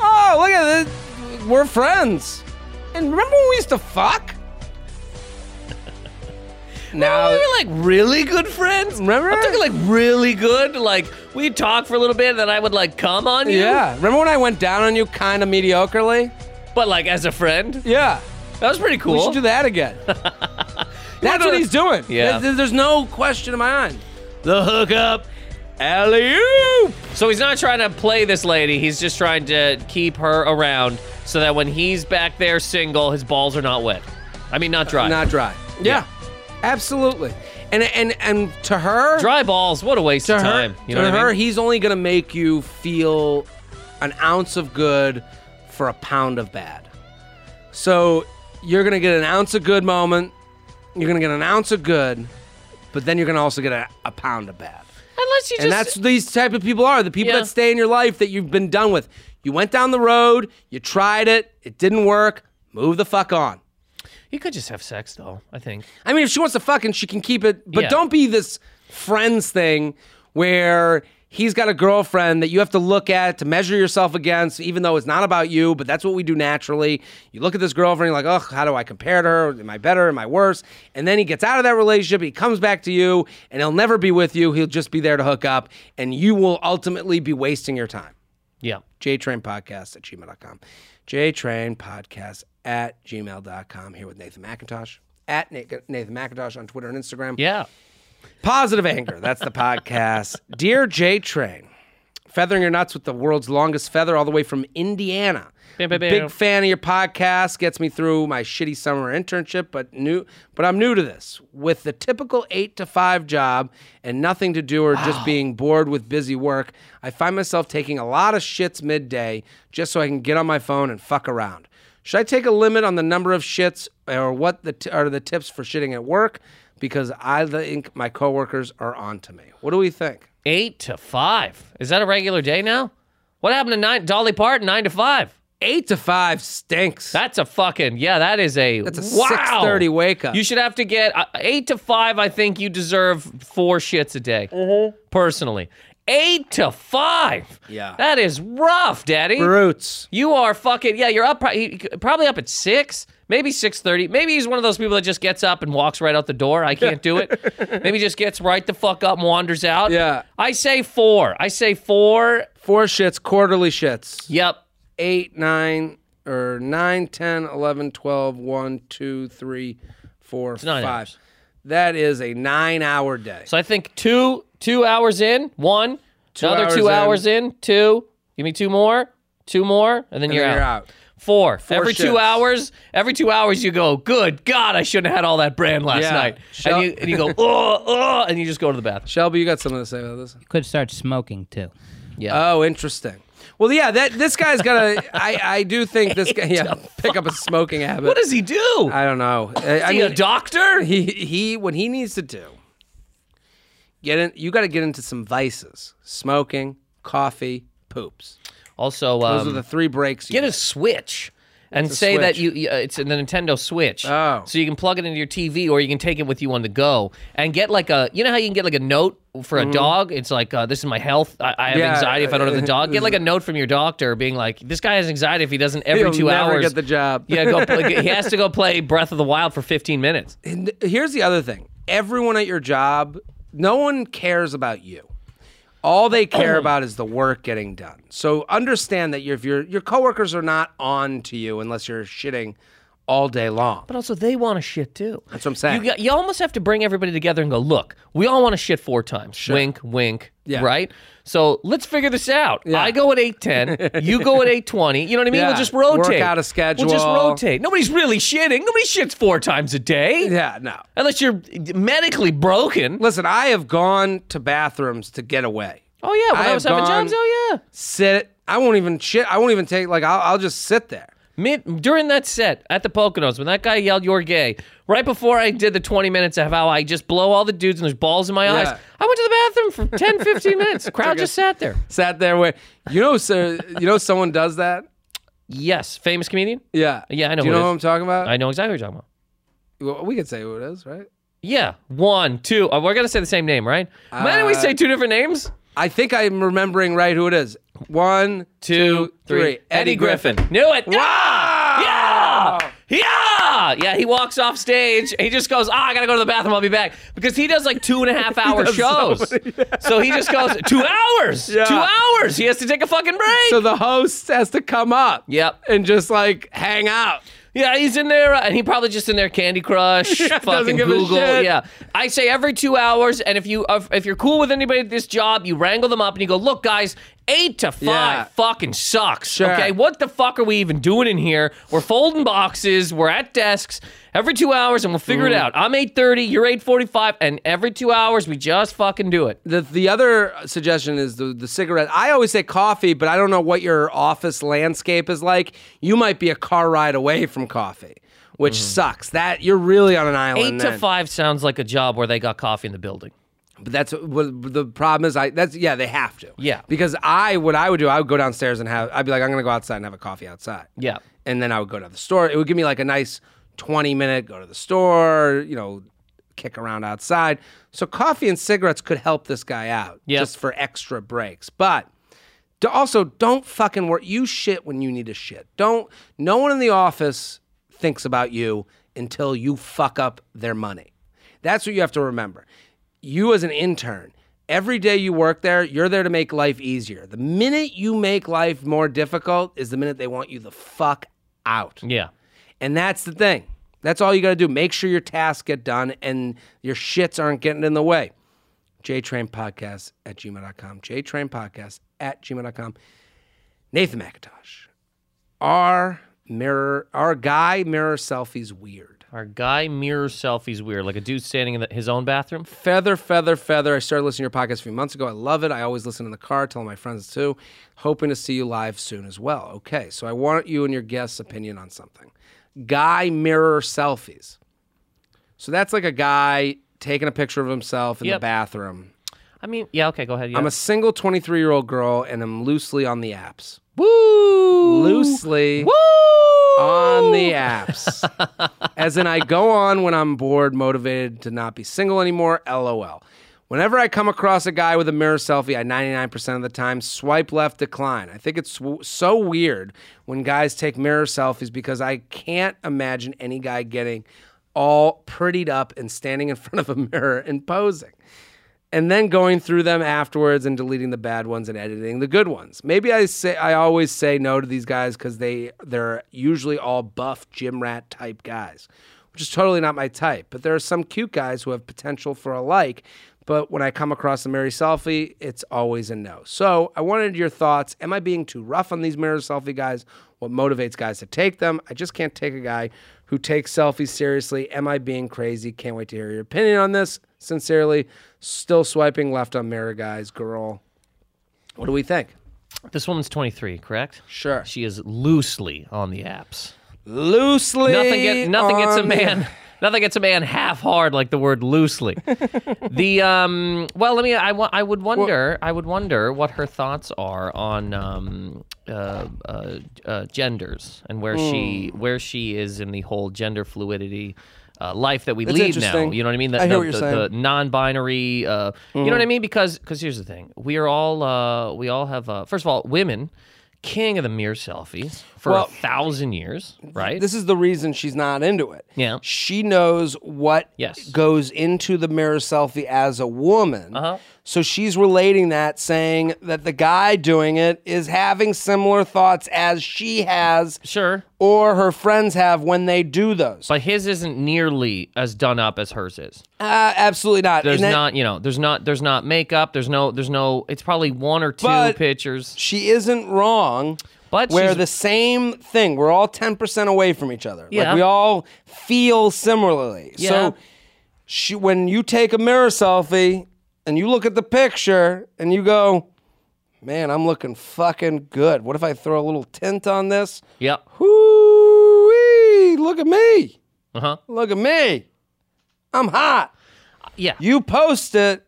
S2: oh look at this, we're friends. And remember when we used to fuck?
S3: we
S2: now
S3: were like really good friends.
S2: Remember?
S3: I'm talking like really good. Like we'd talk for a little bit, and then I would like come on you.
S2: yeah, remember when I went down on you kind of mediocrely?
S3: But like as a friend,
S2: Yeah,
S3: that was pretty
S2: we
S3: cool.
S2: should do that again. That's what he's doing.
S3: Yeah.
S2: There- there's no question in my mind. The hookup, alley oop.
S3: So he's not trying to play this lady. He's just trying to keep her around so that when he's back there single, his balls are not wet. I mean, not dry.
S2: Not dry. Yeah, absolutely. And and and to her,
S3: dry balls. What a waste
S2: to
S3: of
S2: her,
S3: time. You know
S2: to
S3: what
S2: her,
S3: I mean?
S2: he's only gonna make you feel an ounce of good for a pound of bad. So you're gonna get an ounce of good moment. You're gonna get an ounce of good, but then you're gonna also get a, a pound of bad.
S3: Unless you just.
S2: And that's what these type of people are the people
S3: Yeah.
S2: that stay in your life that you've been done with. You went down the road, you tried it, it didn't work. Move the fuck on.
S3: you could just have sex though. I think.
S2: I mean, if she wants to fuck and she can keep it, but
S3: Yeah.
S2: don't be this friends thing where he's got a girlfriend that you have to look at to measure yourself against, even though it's not about you, but that's what we do naturally. You look at this girlfriend, you're like, oh, how do I compare to her? Am I better? Am I worse? And then he gets out of that relationship, he comes back to you, and he'll never be with you. He'll just be there to hook up, and you will ultimately be wasting your time.
S3: Yeah.
S2: JTrainPodcast at gmail.com. JTrainPodcast at gmail.com. Here with Nathan McIntosh. At Na- Nathan McIntosh on Twitter and Instagram.
S3: Yeah.
S2: Positive anger. That's the podcast. Dear J Train, feathering your nuts with the world's longest feather, all the way from Indiana.
S3: Bam, bam, bam.
S2: Big fan of your podcast. Gets me through my shitty summer internship, but new. But I'm new to this with the typical eight to five job and nothing to do or just being bored with busy work. I find myself taking a lot of shits midday just so I can get on my phone and fuck around. Should I take a limit on the number of shits or what the t- are the tips for shitting at work? Because I think my coworkers are onto me. What do we think?
S3: Eight to five. Is that a regular day now? What happened to nine Dolly Parton? Nine to five.
S2: Eight to five stinks.
S3: That's a fucking yeah. That is a
S2: That's a
S3: wow.
S2: 6:30 wake up.
S3: You should have to get uh, eight to five. I think you deserve four shits a day. Personally, eight to five.
S2: Mm-hmm. Yeah.
S3: that is rough, Daddy.
S2: Brutes.
S3: You are fucking yeah. You're up pro- he- probably up at six, maybe six thirty. Maybe he's one of those people that just gets up and walks right out the door. I can't do it. maybe just gets right the fuck up and wanders out.
S2: Yeah.
S3: I say four. I say four.
S2: Four shits, quarterly shits.
S3: Yep.
S2: Eight, nine, or nine, ten, eleven, twelve, one, two, three, four,
S3: nine
S2: five.
S3: hours.
S2: That is a nine hour day.
S3: So I think two two hours in one, another
S2: hours
S3: two
S2: in.
S3: hours in two. Give me two more, two more, and then, you're,
S2: then
S3: out.
S2: you're out.
S3: Four. every two
S2: shifts.
S3: hours, every two hours, you go. Good God, I shouldn't have had all that brand last
S2: Yeah.
S3: night.
S2: Shall-
S3: and, you, and you go, oh, oh, and you just go to the bathroom.
S2: Shelby, you got something to say about this?
S4: Could start smoking too.
S2: Oh, interesting. Well, yeah, that this guy's got to. I I do think this guy yeah, pick up a smoking habit.
S3: What does he do?
S2: I don't know. I,
S3: Is
S2: I
S3: he a
S2: mean,
S3: doctor?
S2: he he what he needs to do. Get in. You got to get into some vices: smoking, coffee, poops.
S3: Also,
S2: Those
S3: um,
S2: are the three breaks. You
S3: get a
S2: get.
S3: Switch and say that you
S2: Switch?
S3: you- uh, it's the Nintendo Switch.
S2: Oh.
S3: So you can plug it into your TV or you can take it with you on the go and get like a you know how you can get like a note for a dog? It's like uh, this is my health. I, I have
S2: Mm-hmm. Yeah, uh,
S3: anxiety if I don't have the dog. Get like a note from your doctor being like this guy has anxiety if he doesn't every
S2: He'll
S3: 2
S2: never
S3: hours
S2: get the job.
S3: yeah, go play, he has to go play Breath of the Wild for 15 minutes.
S2: And here's the other thing: everyone at your job, no one cares about you. All they care about is the work getting done. So understand that your if your your coworkers are not on to you unless you're shitting all day long.
S3: But also, they want to shit too.
S2: That's what I'm saying.
S3: You, got, you almost have to bring everybody together and go, look, we all want to shit four times. Wink, wink.
S2: Yeah.
S3: Right? So let's figure this out. I go at 8.10. you go at 8.20. You know what I mean? We'll
S2: Yeah.
S3: just rotate.
S2: Work out a schedule.
S3: We'll just rotate. Nobody's really shitting. Nobody shits four times a day.
S2: yeah, no.
S3: Unless you're medically broken.
S2: Listen, I have gone to bathrooms to get away.
S3: Oh, yeah. When
S2: I
S3: I,
S2: have
S3: was having
S2: gone-
S3: jobs, oh, yeah.
S2: Sit. I won't even shit. I won't even take. Like I'll, I'll just sit there.
S3: Mid, during that set at the Poconos, when that guy yelled, You're gay, right before I did the 20 minutes of how I just blow all the dudes and there's balls in my eyes, I went to the bathroom for 10, 15 minutes. crowd just sat there.
S2: Sat there. Where you know, sir. you know, someone does that.
S3: Yes, famous comedian.
S2: Yeah.
S3: Yeah, I know
S2: Do you
S3: who it
S2: know what I'm
S3: is.
S2: talking about?
S3: I know exactly what you're talking about.
S2: Well, we could say who it is, right?
S3: Yeah, one, two. Oh, we're going to say the same name, right? Why don't we say two different names?
S2: I think I'm remembering right who it is. One,
S3: Two, three. Eddie Griffin. Knew it. Yeah! Yeah! Yeah! Yeah, he walks off stage. He just goes, ah, I gotta go to the bathroom. I'll be back. Because he does like two and a half hour
S2: so
S3: shows. So, he just goes, two hours. Two hours. He has to take a fucking break.
S2: So the host has to come up.
S3: Yep.
S2: And just like hang out.
S3: yeah, he's in there, uh, and he probably just in there Candy Crush, fucking
S2: doesn't give a
S3: Google.
S2: shit.
S3: Yeah, I say every two hours, and if you uh, if- if you're cool with anybody at this job, you wrangle them up and you go, look, guys, eight to five
S2: Yeah.
S3: fucking sucks.
S2: Sure.
S3: Okay, what the fuck are we even doing in here? We're folding boxes, we're at desks every two hours, and we'll figure
S2: Mm.
S3: it out. I'm eight thirty, you're eight forty five, and every two hours we just fucking do it.
S2: The the other suggestion is the the cigarette. I always say coffee, but I don't know what your office landscape is like. You might be a car ride away from coffee, which sucks. That you're really on an island.
S3: Mm-hmm. Eight to
S2: then.
S3: five sounds like a job where they got coffee in the building.
S2: But that's what the problem is. I that's yeah, they have to.
S3: Yeah.
S2: Because I what I would do, I would go downstairs and have. I'd be like, I'm gonna go outside and have a coffee outside.
S3: Yeah.
S2: And then I would go to the store. It would give me like a nice 20 minute go to the store. You know, kick around outside. So coffee and cigarettes could help this guy out.
S3: Yeah.
S2: Just for extra breaks, but. d- Also, don't fucking work. You shit when you need to shit. Don't. No one in the office thinks about you until you fuck up their money. That's what you have to remember. You as an intern, every day you work there, you're there to make life easier. The minute you make life more difficult is the minute they want you the fuck out.
S3: Yeah.
S2: And that's the thing. That's all you got to do. Make sure your tasks get done and your shits aren't getting in the way. JTrainPodcast at gmail.com. JTrainPodcast at gmail.com. Nathan McIntosh. Our mirror, our guy mirror selfies weird.
S3: Our guy mirror selfies weird, like a dude standing in the, his own bathroom.
S2: Feather, feather, feather. I started listening to your podcast a few months ago. I love it. I always listen in the car, tell my friends too. Hoping to see you live soon as well. Okay, so I want you and your guest's opinion on something. Guy mirror selfies. So that's like a guy taking a picture of himself in the
S3: Yep.
S2: bathroom.
S3: I mean, yeah, okay, go ahead. Yeah.
S2: I'm a single 23 year old girl and I'm loosely on the apps.
S3: woo
S2: Loosely
S3: woo
S2: on the apps. As in, I go on when I'm bored, motivated to not be single anymore. LOL. Whenever I come across a guy with a mirror selfie, I 99% of the time swipe left, decline. I think it's w- so weird when guys take mirror selfies because I can't imagine any guy getting all prettied up and standing in front of a mirror and posing and then going through them afterwards and deleting the bad ones and editing the good ones. Maybe I say I always say no to these guys because they they're usually all buff gym rat type guys, which is totally not my type. But there are some cute guys who have potential for a like. But when I come across a mirror selfie, it's always a no. So I wanted your thoughts. Am I being too rough on these mirror selfie guys? What motivates guys to take them? I just can't take a guy who takes selfies seriously. Am I being crazy? Can't wait to hear your opinion on this. Sincerely, still swiping left on mirror guys, girl. What do we think?
S3: This woman's 23, correct?
S2: Sure.
S3: She is loosely on the apps.
S2: Loosely.
S3: Nothing get, nothing gets a
S2: on-
S3: man nothing gets a man half hard like the word loosely. the um well, let me I, wa- I would wonder I would wonder what her thoughts are on um uh, uh, uh, genders and where she
S2: Hmm.
S3: where she is in the whole gender fluidity uh, life that we lead now.
S2: interesting.
S3: You know what I mean? The,
S2: I hear
S3: the-
S2: what you're
S3: the-
S2: saying. Hmm.
S3: the- non-binary. Uh, You know what I mean? Because because here's the thing: we are all uh, we all have. Uh, first of all, women, king of the mirror selfies for
S2: Well-
S3: a thousand years, right?
S2: This is the reason she's not into it.
S3: Yeah.
S2: She knows what
S3: Yes.
S2: goes into the mirror selfie as a woman. Uh-huh. So she's relating that, saying that the guy doing it is having similar thoughts as she has
S3: sure,
S2: or her friends have when they do those.
S3: but his isn't nearly as done up as hers is.
S2: Uh, absolutely not.
S3: There's
S2: And that-
S3: not, you know, there's not, there's not makeup. There's no, there's no. It's probably one or two
S2: But-
S3: pictures.
S2: She isn't wrong.
S3: But
S2: we're
S3: she's-
S2: the same thing. We're all 10% away from each other.
S3: Yeah.
S2: Like we all feel similarly.
S3: Yeah.
S2: So she, when you take a mirror selfie and you look at the picture and you go, man, I'm looking fucking good. What if I throw a little tint on this?
S3: Yep.
S2: Whoo-wee, look at me.
S3: Uh huh.
S2: Look at me. I'm hot.
S3: Yeah.
S2: You post it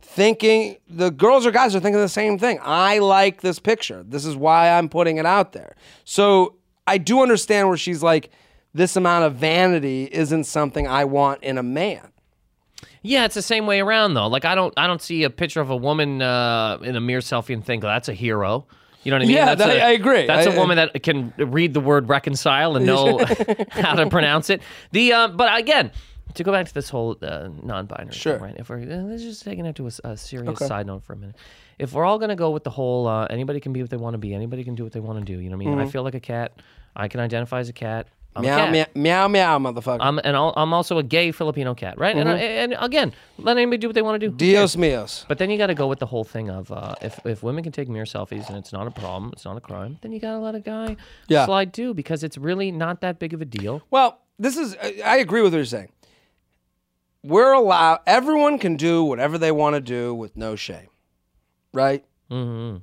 S2: thinking the girls or guys are thinking the same thing. I like this picture. This is why I'm putting it out there. So I do understand where she's like, this amount of vanity isn't something I want in a man.
S3: Yeah, it's the same way around though. Like I don't I don't see a picture of a woman uh, in a mirror selfie and think, oh, that's a hero. You know what I mean?
S2: Yeah,
S3: that's
S2: that-
S3: a-
S2: I agree.
S3: That's a
S2: I- uh,
S3: woman that can read the word reconcile and know how to pronounce it. The uh, but again, to go back to this whole uh, non-binary,
S2: Sure.
S3: thing, right? If we're uh, let's just taking it to a, s- a serious side note for a minute, if we're all gonna go with the whole uh, anybody can be what they want to be, anybody can do what they want to do. You know what I mean? I feel like a cat. I can identify as a cat. I'm a
S2: Mm-hmm. Meow,
S3: cat.
S2: meow, meow, meow, motherfucker.
S3: I'm and I'll, I'm also a gay Filipino cat, right? And I,
S2: Mm-hmm.
S3: and again, let anybody do what they want to do.
S2: Dios míos.
S3: But then you got to go with the whole thing of uh, if if women can take mirror selfies and it's not a problem, it's not a crime, then you got to let a guy
S2: Yeah.
S3: slide too because it's really not that big of a deal.
S2: Well, this is, I I agree with what you're saying. We're allowed, everyone can do whatever they want to do with no shame, right? Mm-hmm.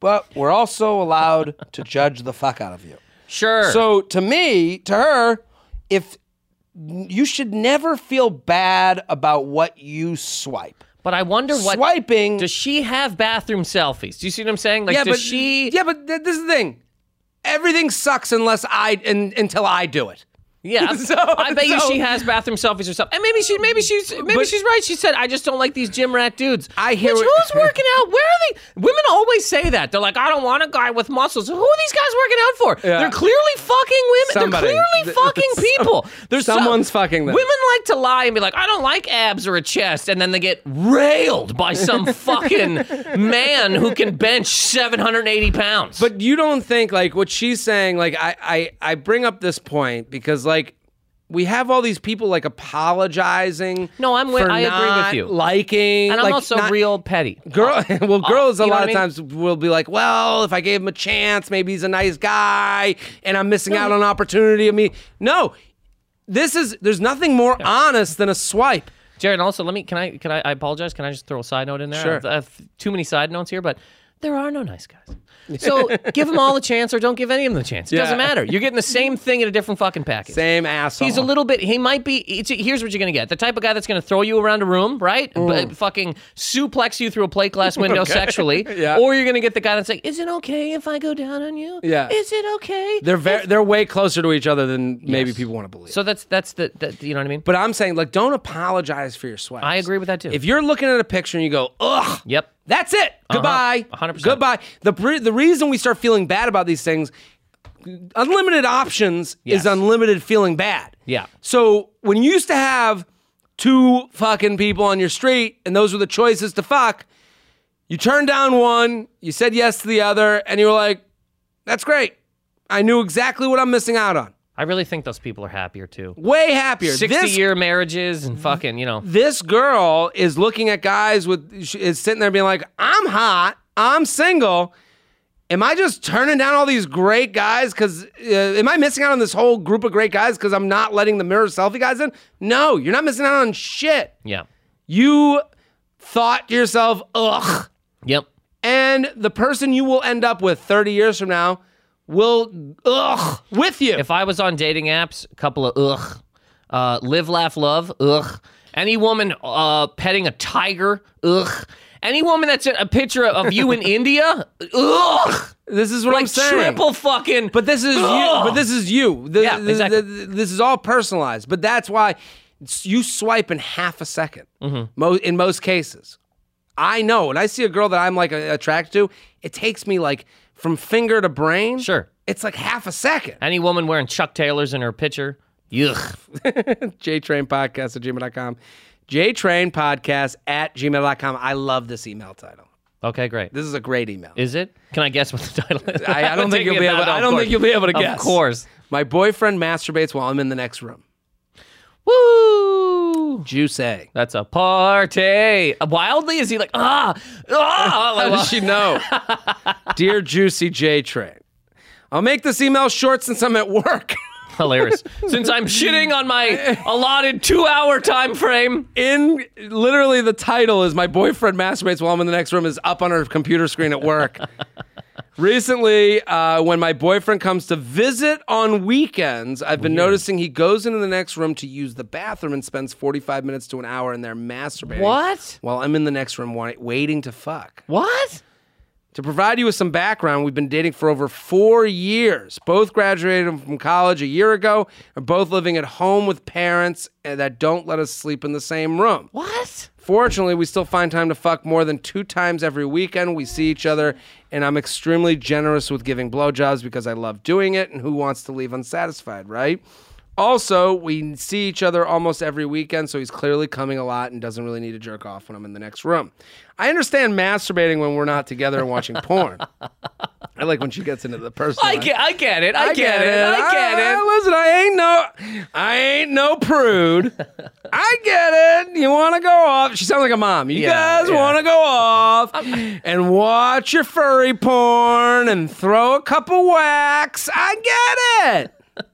S2: But we're also allowed to judge the fuck out of you.
S3: Sure.
S2: So to me, to her, if you should never feel bad about what you swipe.
S3: but I wonder what
S2: Swiping.
S3: does she have bathroom selfies? Do you see what I'm saying? Like,
S2: yeah,
S3: does
S2: but
S3: she?
S2: Yeah, but th- this is the thing. Everything sucks unless I and, until I do it.
S3: Yeah,
S2: So-
S3: I bet you
S2: so-
S3: she has bathroom selfies or something. And maybe she, maybe she's, maybe
S2: But-
S3: she's right. She said, "I just don't like these gym rat dudes."
S2: I hear
S3: Which,
S2: what-
S3: who's working out. Where are they? Women always say that they're like, "I don't want a guy with muscles." Who are these guys working out for?
S2: Yeah.
S3: They're clearly fucking women.
S2: Somebody.
S3: They're clearly fucking
S2: Some-
S3: people. There's some-
S2: someone's fucking them.
S3: Women like to lie and be like, "I don't like abs or a chest," and then they get railed by some fucking man who can bench 780 pounds.
S2: But you don't think like what she's saying, like I I, I bring up this point because like we have all these people like apologizing.
S3: No, I'm with-
S2: for
S3: I agree with
S2: not
S3: you.
S2: Liking
S3: And I'm
S2: like,
S3: also
S2: not-
S3: real petty.
S2: Girl, well, girls a
S3: you know
S2: lot of
S3: what I mean?
S2: times will be like, "Well, if I gave him a chance, maybe he's a nice guy, and I'm missing out on an opportunity." Of me, no, this is there's nothing more honest than a swipe.
S3: Jared, also let me can I can I, I apologize? Can I just throw a side note in there?
S2: Sure.
S3: I have, I have too many side notes here, but there are no nice guys. So give them all a chance or don't give any of them a chance. It doesn't
S2: Yeah.
S3: matter. You're getting the same thing in a different fucking package.
S2: Same asshole.
S3: He's a little bit. He might be. It's, here's what you're gonna get: the type of guy that's gonna throw you around a room, right?
S2: Mm.
S3: But fucking suplex you through a plate glass window sexually,
S2: Yeah.
S3: or you're gonna get the guy that's like, "Is it okay if I go down on you?
S2: Yeah.
S3: Is it okay?"
S2: They're very, they're way closer to each other than maybe people want to believe.
S3: so that's that's the that, you know what I mean.
S2: but I'm saying, like, don't apologize for your swipes.
S3: I agree with that too.
S2: If you're looking at a picture and you go, "Ugh,"
S3: Yep.
S2: that's it.
S3: Uh-huh.
S2: Goodbye.
S3: 100%.
S2: Goodbye. The pre- the reason we start feeling bad about these things, unlimited options
S3: Yes.
S2: is unlimited feeling bad.
S3: Yeah.
S2: So when you used to have two fucking people on your street and those were the choices to fuck, you turned down one, you said yes to the other, and you were like, "That's great. I knew exactly what I'm missing out on."
S3: I really think those people are happier too.
S2: Way happier. This
S3: Sixty-year marriages and fucking, you know.
S2: this girl is looking at guys with she is sitting there being like, "I'm hot, I'm single. Am I just turning down all these great guys cuz uh, am I missing out on this whole group of great guys cuz I'm not letting the mirror selfie guys in?" No, you're not missing out on shit.
S3: Yeah.
S2: You thought to yourself, "Ugh."
S3: Yep.
S2: And the person you will end up with 30 years from now will ugh with you.
S3: If I was on dating apps, a couple of ugh, uh, live, laugh, love, ugh. Any woman uh, petting a tiger, ugh. Any woman that's a, a picture of you in India, ugh.
S2: this is what I'm
S3: Like
S2: saying.
S3: triple fucking.
S2: But this is you.
S3: Ugh.
S2: But this is you. The-
S3: Yeah,
S2: the-
S3: exactly.
S2: the- this is all personalized. But that's why s- you swipe in half a 2nd
S3: Mm-hmm.
S2: Mo- in most cases, I know. When I see a girl that I'm like a- attracted to, it takes me like from finger to brain.
S3: Sure.
S2: It's like half a second.
S3: Any woman wearing Chuck Taylors in her picture, ugh.
S2: JTrain podcast at gmail.com. JTrain podcast at gmail.com. I love this email title.
S3: Okay, great.
S2: This is a great email.
S3: Is it? Can I guess what the title is?
S2: I, I don't think you'll
S3: Taking
S2: be
S3: it
S2: able.
S3: down,
S2: I
S3: of
S2: don't
S3: course.
S2: think you'll be able to guess.
S3: Of course.
S2: My boyfriend masturbates while I'm in the next room.
S3: Woo!
S2: Juice A.
S3: That's a party. Uh, Wildly, is he like ah ah?
S2: How does she know? Dear Juicy J Train, I'll make this email short since I'm at work.
S3: hilarious. Since I'm shitting on my allotted two-hour time frame,
S2: In literally, the title is My Boyfriend Masturbates While I'm in the Next Room is up on her computer screen at work. Recently, uh, when my boyfriend comes to visit on weekends, I've been noticing he goes into the next room to use the bathroom and spends 45 minutes to an hour in there masturbating.
S3: What?
S2: While I'm in the next room wa- waiting to fuck.
S3: what?
S2: To provide you with some background, we've been dating for over four years. Both graduated from college a year ago, and both living at home with parents uh, that don't let us sleep in the same room.
S3: What?
S2: Fortunately, we still find time to fuck more than two times every weekend. We see each other, and I'm extremely generous with giving blowjobs because I love doing it, and who wants to leave unsatisfied, right? Also, we see each other almost every weekend, so he's clearly coming a lot and doesn't really need to jerk off when I'm in the next room. I understand masturbating when we're not together and watching porn. I like when she gets into the personal.
S3: I get, I get it. I, get, it. I get it.
S2: Listen, I ain't no, I ain't no prude. I get it. You want to go off? She sounds like a mom. You
S3: Yeah,
S2: guys
S3: yeah.
S2: want to go off and watch your furry porn and throw a couple whacks. I get it.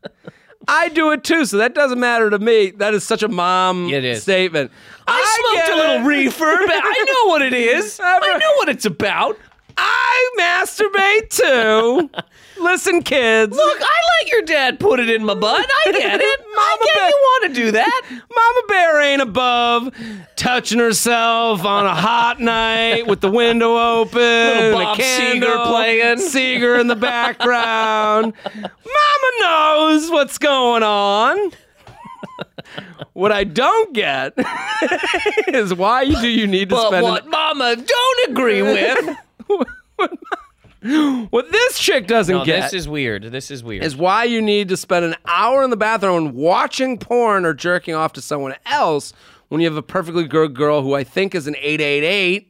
S2: I do it too, so that doesn't matter to me. That is such a mom
S3: It is.
S2: statement.
S3: I, smoked
S2: get
S3: a little
S2: it.
S3: reefer, but I know what it is. I know what it's about.
S2: I masturbate too. Listen, kids.
S3: Look, I let your dad put it in my butt. I get it. I
S2: Mama
S3: get
S2: bear.
S3: you want to do that.
S2: Mama Bear ain't above touching herself on a hot night with the window open, and
S3: Bob
S2: a
S3: Seger
S2: candle
S3: playing.
S2: Seeger in the background. Mama knows what's going on. What I don't get is why do you need to
S3: But
S2: spend an
S3: what Mama don't agree with.
S2: what this chick doesn't
S3: No,
S2: get
S3: this is weird. This is weird.
S2: is why you need to spend an hour in the bathroom watching porn or jerking off to someone else when you have a perfectly good girl who I think is an 888.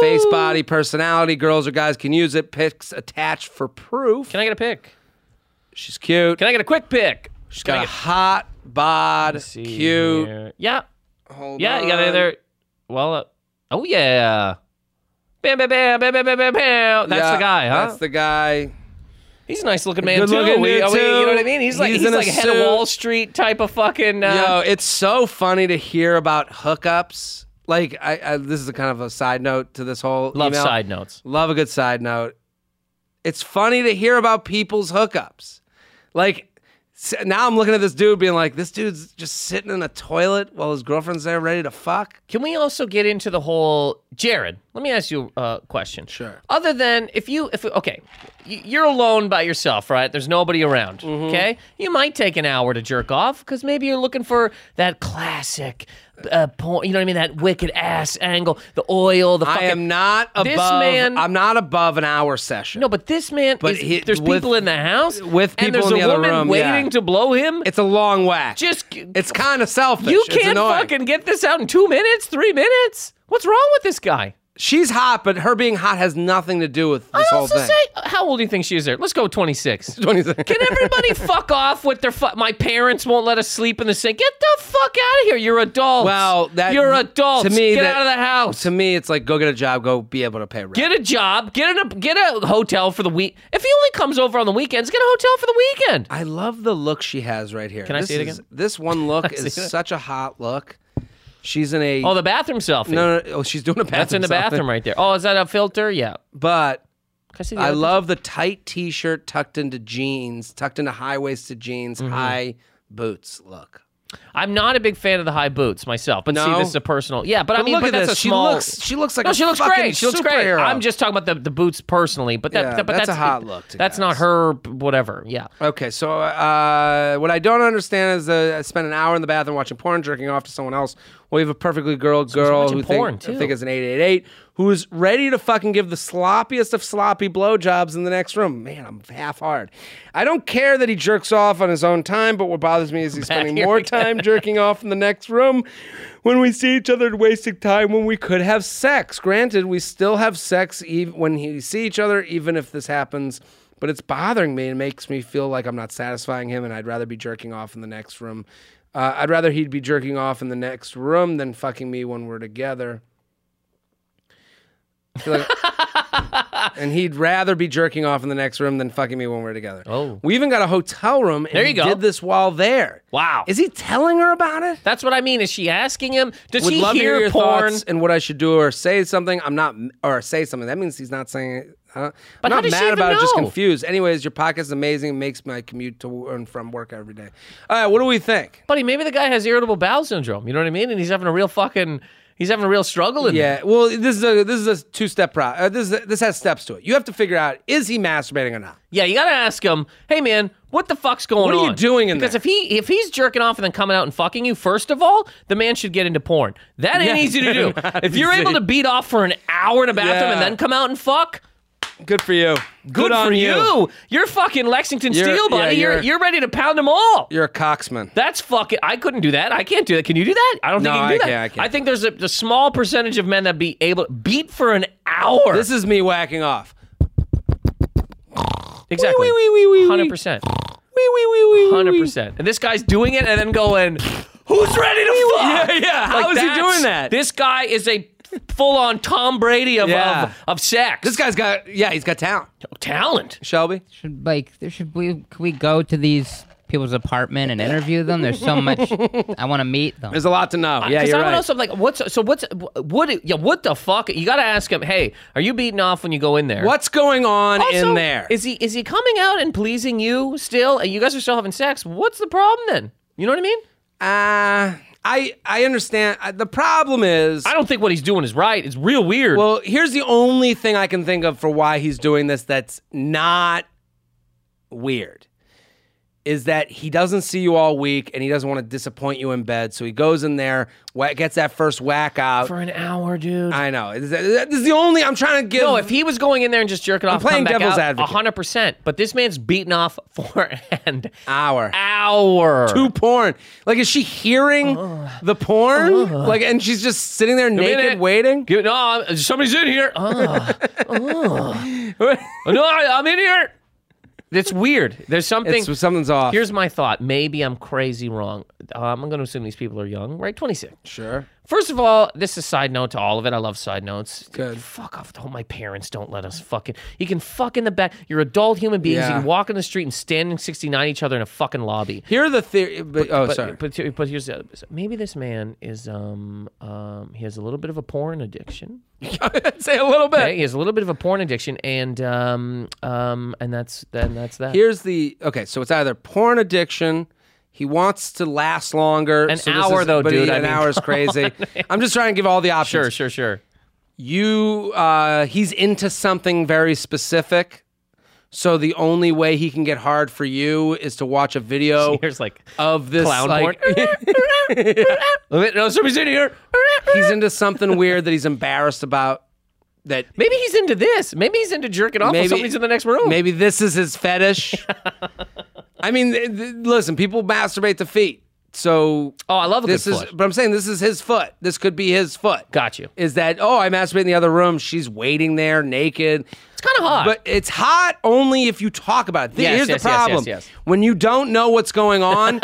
S2: Face, body, personality, girls or guys can use it. Pics attached for proof.
S3: Can I get a pick?
S2: She's cute.
S3: Can I get a quick pick?
S2: She's got a hot bod,
S3: See
S2: cute.
S3: here. Yeah.
S2: Hold
S3: Yeah, you got
S2: on.
S3: it there. Well, uh, oh yeah. Bam, bam, bam, bam, bam, bam, bam, bam. That's
S2: Yeah,
S3: the guy, huh?
S2: That's the guy.
S3: he's a nice looking man
S2: Good
S3: too.
S2: looking
S3: We-
S2: dude,
S3: we- You
S2: too.
S3: know what I mean? He's like
S2: He's
S3: he's,
S2: in a
S3: like head of
S2: suit.
S3: Wall Street type of fucking. Uh,
S2: Yo, it's so funny to hear about hookups. Like, I, I this is a kind of a side note to this whole
S3: love
S2: email.
S3: side notes.
S2: Love a good side note. It's funny to hear about people's hookups. Like s- now, I'm looking at this dude being like, this dude's just sitting in a toilet while his girlfriend's there, ready to fuck.
S3: Can we also get into the whole Jared? Let me ask you a question.
S2: Sure.
S3: Other than if you if okay, y- you're alone by yourself, right? There's nobody around.
S2: Mm-hmm.
S3: Okay, you might take an hour to jerk off because maybe you're looking for that classic, uh, point. You know what I mean? That wicked ass angle, the oil, the. Fucking,
S2: I am not above.
S3: This man-
S2: I'm not above an hour session.
S3: No, but this man
S2: But
S3: is.
S2: he-
S3: there's
S2: with-
S3: people in the house
S2: with
S3: and
S2: people
S3: there's
S2: in
S3: a
S2: the other
S3: woman
S2: room, yeah.
S3: waiting to blow him.
S2: it's a long whack.
S3: Just
S2: it's kind of selfish.
S3: you
S2: It's
S3: can't
S2: annoying.
S3: fucking get this out in two minutes, three minutes. What's wrong with this guy?
S2: She's hot, but her being hot has nothing to do with this
S3: I
S2: whole
S3: also
S2: thing.
S3: say, how old do you think she is? There, let's go twenty six.
S2: 26.
S3: Can everybody fuck off with their fu- My parents won't let us sleep in the sink. Get the fuck out of here. You're adults.
S2: Well, that
S3: you're adults.
S2: To me,
S3: get
S2: that-
S3: out of the house.
S2: To me, it's like go get a job, go be able to pay rent.
S3: Get a job. Get a get a hotel for the week. If he only comes over on the weekends, get a hotel for the weekend.
S2: I love the look she has right here. Can
S3: I
S2: this
S3: see it
S2: is-
S3: again?
S2: This one look
S3: I
S2: is
S3: see it?
S2: such a hot look. She's in a
S3: Oh, the bathroom selfie.
S2: no, no, no, oh, she's doing a bathroom.
S3: That's in the
S2: selfie.
S3: bathroom right there. Oh, is that a filter? Yeah.
S2: But
S3: Can I see the
S2: I
S3: other
S2: love the tight T-shirt tucked into jeans, tucked into high-waisted jeans,
S3: Mm-hmm.
S2: high boots look.
S3: picture? I'm not a big fan of the high boots myself, but see,
S2: No?
S3: this is a personal. Yeah, but, I
S2: But
S3: mean,
S2: look
S3: but
S2: at
S3: that's
S2: this.
S3: a
S2: She
S3: small.
S2: looks- she looks like
S3: no,
S2: a
S3: she looks
S2: fucking
S3: great. She looks great.
S2: superhero.
S3: I'm just talking about the, the boots personally, but
S2: Yeah,
S3: that but
S2: that's
S3: that's,
S2: a hot look to
S3: That's
S2: guys.
S3: not her. b- Whatever. Yeah.
S2: Okay, so uh, what I don't understand is uh, I spent an hour in the bathroom watching porn, jerking off to someone else. We have a perfectly girl girl
S3: watching
S2: who
S3: porn,
S2: think,
S3: too.
S2: I think is an eight eight eight who is ready to fucking give the sloppiest of sloppy blowjobs in the next room. Man, I'm half hard. I don't care that he jerks off on his own time, but what bothers me is he's spending
S3: here
S2: more
S3: again.
S2: time jerking off in the next room when we see each other and wasting time when we could have sex. Granted, we still have sex even when we see each other, even if this happens. But it's bothering me and makes me feel like I'm not satisfying him, and I'd rather be jerking off in the next room. Uh, I'd rather he'd be jerking off in the next room than fucking me when we're together. I feel like- and he'd rather be jerking off in the next room than fucking me when we're together.
S3: Oh.
S2: we even got a hotel room. And
S3: There you
S2: he
S3: go.
S2: Did this while there.
S3: Wow.
S2: Is he telling her about it?
S3: That's what I mean. Is she asking him? Does
S2: Would
S3: he
S2: love to
S3: hear
S2: hear your
S3: porn?
S2: thoughts and what I should do or say something. I'm not or say something. That means he's not saying. Uh,
S3: But
S2: I'm
S3: how
S2: not
S3: does she
S2: mad
S3: even
S2: about it. Just
S3: know?
S2: confused. Anyways, your podcast is amazing. It makes my commute to and from work every day. All right, what do we think?
S3: Buddy, maybe the guy has irritable bowel syndrome. You know what I mean? And he's having a real fucking. He's having a real struggle in there.
S2: Yeah. Well, this is a this is a two step pro. Uh, this is this has steps to it. You have to figure out is he masturbating or not.
S3: Yeah, you gotta ask him. Hey, man, what the fuck's going on?
S2: What are you doing in
S3: because
S2: there?
S3: if he if he's jerking off and then coming out and fucking you, first of all, the man should get into porn. That
S2: Yeah,
S3: ain't easy to do.
S2: not
S3: If you're
S2: easy.
S3: able to beat off for an hour in a bathroom and
S2: Yeah.
S3: then come out and fuck,
S2: Good for you. Good,
S3: good,
S2: on
S3: for you. You're fucking Lexington
S2: You're-
S3: Steel,
S2: yeah,
S3: buddy. you're,
S2: you're-
S3: you're ready to pound them all.
S2: You're a cocksman.
S3: That's fucking. I couldn't do that. I can't do that. Can you do that? I don't think
S2: No,
S3: you can do
S2: I
S3: that.
S2: can't, I can't.
S3: think there's a, a small percentage of men that be able beat for an hour.
S2: This is me whacking off.
S3: exactly.
S2: Wee, wee, wee, wee, wee.
S3: Hundred percent.
S2: Wee wee wee wee. wee,
S3: hundred
S2: wee.
S3: percent. And this guy's doing it and then going, "Who's ready to fuck?"
S2: Yeah, yeah. How is he
S3: that's-
S2: doing that?
S3: This guy is a full-on Tom Brady of
S2: Yeah.
S3: of, of sex.
S2: This guy's got yeah, he's got talent.
S3: talent.
S2: Shelby.
S4: Should like there should we can we go to these people's apartment and interview them? There's so much I want to meet them.
S2: There's a lot to know. Yeah,
S3: Because
S2: you're
S3: I would
S2: right.
S3: also like, what's so? What's what? Yeah, what the fuck? You got to ask him. Hey, are you beating off when you go in there?
S2: What's going on
S3: Also,
S2: in there?
S3: Is he is he coming out and pleasing you still? And you guys are still having sex. What's the problem then? You know what I mean?
S2: Uh, I I understand. Uh, the problem is,
S3: I don't think what he's doing is right. It's real weird.
S2: well, here's the only thing I can think of for why he's doing this that's not weird is that he doesn't see you all week and he doesn't want to disappoint you in bed, so he goes in there, wha- gets that first whack out.
S3: for an hour, dude.
S2: I know. Is that- This is the only I'm trying to give.
S3: No, if he was going in there and just jerking off,
S2: playing
S3: come back
S2: devil's
S3: out,
S2: advocate.
S3: hundred percent. But this man's beating off for an
S2: hour.
S3: hour.
S2: Two porn. Like, is she hearing the porn? Like, and she's just sitting there naked,
S3: minute.
S2: waiting. Ah.
S3: Give- no, uh, I'm- somebody's in here. Oh, oh. no, I, I'm in here. It's weird. There's something.
S2: It's, something's off.
S3: Here's my thought. Maybe I'm crazy wrong. Um, I'm going to assume these people are young, right? 26.
S2: sure.
S3: First of all, this is a side note to all of it. I love side notes.
S2: Good.
S3: Fuck off. Don't, my parents don't let us fucking. You can fuck in the back. You're adult human beings.
S2: Yeah.
S3: You can walk in the street and stand in 69 each other in a fucking lobby.
S2: Here are the theory. But, oh,
S3: But,
S2: sorry.
S3: but but here's the other. Maybe this man is um um he has a little bit of a porn addiction.
S2: Say a little bit.
S3: Okay, he has a little bit of a porn addiction, and um um and that's then that's that.
S2: Here's the okay. So it's either porn addiction. He wants to last longer.
S3: An
S2: so this
S3: hour,
S2: is-
S3: though,
S2: but he-
S3: dude, I
S2: An
S3: mean,
S2: hour is crazy. I'm just trying to give all the options.
S3: sure, sure, sure.
S2: You, uh, he's into something very specific. So the only way he can get hard for you is to watch a video
S3: Here's like
S2: of this
S3: clown
S2: like,
S3: porn. Wait, no, somebody's in here.
S2: he's into something weird that he's embarrassed about. That
S3: Maybe he's into this. Maybe he's into jerking off. Maybe,
S2: Maybe-
S3: somebody's in the next room.
S2: maybe this is his fetish. I mean, th- th- listen, people masturbate to feet. So
S3: Oh, I love a
S2: this
S3: good
S2: is
S3: foot.
S2: but i'm saying this is his foot this could be his foot
S3: Got you.
S2: is that oh i masturbate in the other room she's waiting there naked
S3: It's kind of hot.
S2: but it's hot only if you talk about it. Th-
S3: Yes,
S2: Here's
S3: yes,
S2: the
S3: yes, yes,
S2: problem:
S3: yes.
S2: when you don't know what's going on,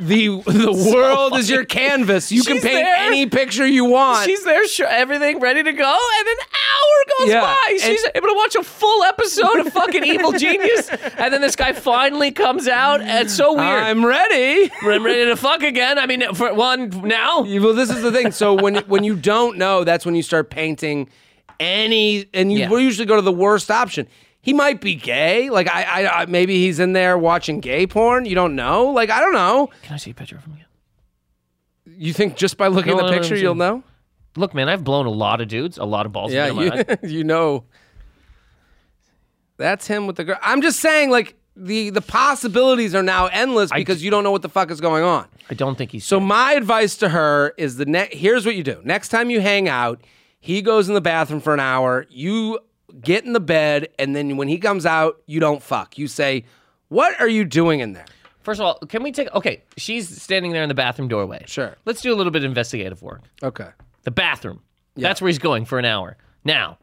S2: the the world is your canvas. You can
S3: She's
S2: paint
S3: there.
S2: any picture you want.
S3: she's there, sh- everything ready to go, and an hour goes
S2: Yeah,
S3: by. She's able to watch a full episode of fucking Evil Genius, and then this guy finally comes out. And it's so weird.
S2: I'm ready.
S3: I'm ready to fuck again. I mean, for one now.
S2: Yeah, Well, this is the thing. So when when you don't know, that's when you start painting any, and you
S3: Yeah.
S2: will usually go to the worst option. He might be gay. Like I, I, I, maybe he's in there watching gay porn. You don't know. Like I don't know.
S3: Can I see a picture of him again?
S2: You think just by looking
S3: No,
S2: at
S3: no,
S2: the
S3: no,
S2: picture
S3: I'm
S2: you'll
S3: saying-
S2: know?
S3: Look, man, I've blown a lot of dudes, a lot of balls.
S2: Yeah,
S3: in my life.
S2: you, you know. That's him with the girl. I'm just saying, like the the possibilities are now endless because you don't know what the fuck is going on.
S3: I don't think he's.
S2: So my advice to her is the ne- here's what you do. Next time you hang out, he goes in the bathroom for an hour, you get in the bed and then when he comes out, you don't fuck. You say, "What are you doing in there?"
S3: First of all, can we take? Okay, she's standing there in the bathroom doorway.
S2: Sure.
S3: Let's do a little bit of investigative work.
S2: Okay.
S3: The bathroom. That's where he's going for an hour. Now,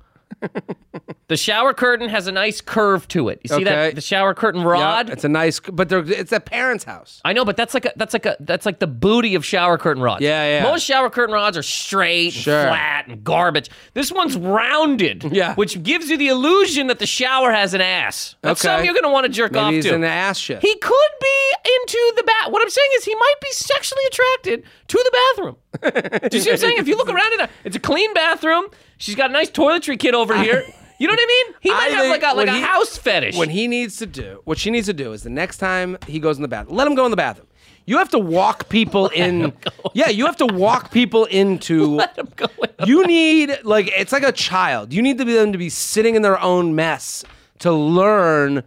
S3: the shower curtain has a nice curve to it. You see
S2: Okay.
S3: that the shower curtain rod?
S2: It's a nice but they're, it's at parents' house.
S3: I know, but that's like a that's like a that's like the booty of shower curtain rods.
S2: Yeah, yeah.
S3: Most shower curtain rods are straight,
S2: Sure.
S3: and flat, and garbage. This one's rounded.
S2: Yeah.
S3: Which gives you the illusion that the shower has an ass. That's
S2: Okay.
S3: something you're gonna want to jerk
S2: Maybe
S3: off
S2: he's
S3: to.
S2: in the ass shit.
S3: He could be into the bath. What I'm saying is he might be sexually attracted to the bathroom. Do you see what I'm saying? If you look around, it, it's a clean bathroom. She's got a nice toiletry kit over here. You know what I mean? He
S2: I
S3: might have
S2: think
S3: like a like
S2: when
S3: a
S2: he-
S3: house fetish.
S2: what he needs to do, what she needs to do is the next time he goes in the bathroom, let him go in the bathroom. You have to walk people in. Yeah, you have to walk people into
S3: I'm going.
S2: you need like it's like a child. You need to be them to be sitting in their own mess to learn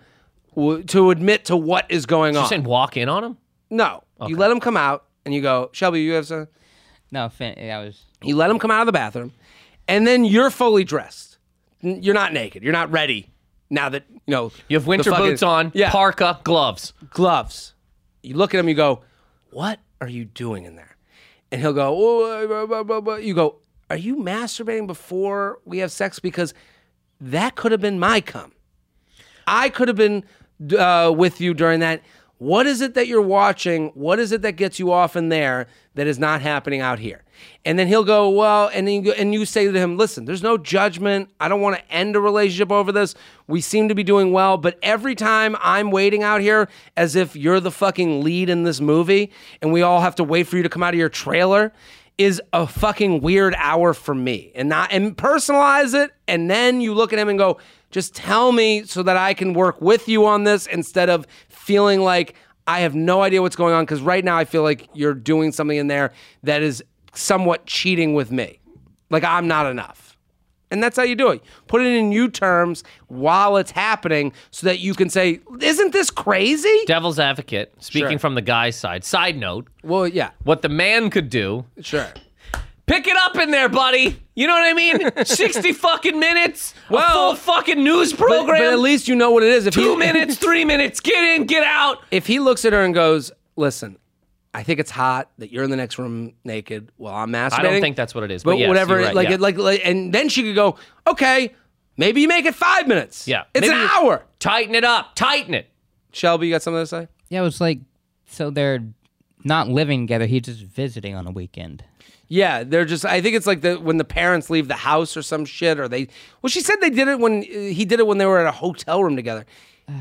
S2: w- to admit to what is going
S3: You're
S2: on.
S3: saying walk in on him?
S2: no, you let them come out and you go, Shelby, you have some.
S4: No, fin- I was.
S2: You let them come out of the bathroom, and then you're fully dressed. N- You're not naked. You're not ready. Now that you know
S3: You have
S2: the
S3: winter
S2: fucking-
S3: boots on,
S2: yeah,
S3: parka, gloves.
S2: gloves. You look at him. You go, what are you doing in there? And he'll go, oh, blah, blah, blah, blah." you go, are you masturbating before we have sex? Because that could have been my cum. I could have been uh, with you during that. What is it that you're watching? What is it that gets you off in there that is not happening out here? And then he'll go, well, and then you go, and you say to him, listen, there's no judgment. I don't want to end a relationship over this. We seem to be doing well, but every time I'm waiting out here as if you're the fucking lead in this movie, and we all have to wait for you to come out of your trailer is a fucking weird hour for me and not and personalize it and then you look at him and go just tell me so that I can work with you on this instead of feeling like I have no idea what's going on cuz right now I feel like you're doing something in there that is somewhat cheating with me like I'm not enough and that's how you do it put it in you terms while it's happening so that you can say isn't this crazy
S3: Devil's advocate, speaking
S2: Sure.
S3: from the guy's side. Side note,
S2: well yeah
S3: what the man could do
S2: sure
S3: Pick it up in there, buddy. You know what I mean? 60 fucking minutes, a full fucking news
S2: but,
S3: program.
S2: but at least you know what it is if
S3: two
S2: he-
S3: minutes, three minutes, get in, get out.
S2: if he looks at her and goes, "Listen, I think it's hot that you're in the next room naked while I'm masturbating."
S3: I don't think that's what it is, but yes,
S2: whatever,
S3: you're right,
S2: like,
S3: yeah.
S2: it, like, like, and then she could go, "Okay, maybe you make it five minutes.
S3: Yeah.
S2: it's
S3: Maybe-
S2: an hour.
S3: Tighten it up. Tighten it.
S2: Shelby, you got something to say?
S4: Yeah, it was like so they're not living together. He's just visiting on a weekend.
S2: Yeah, they're just. I think it's like the when the parents leave the house or some shit, or they. Well, she said they did it when uh, he did it when they were at a hotel room together.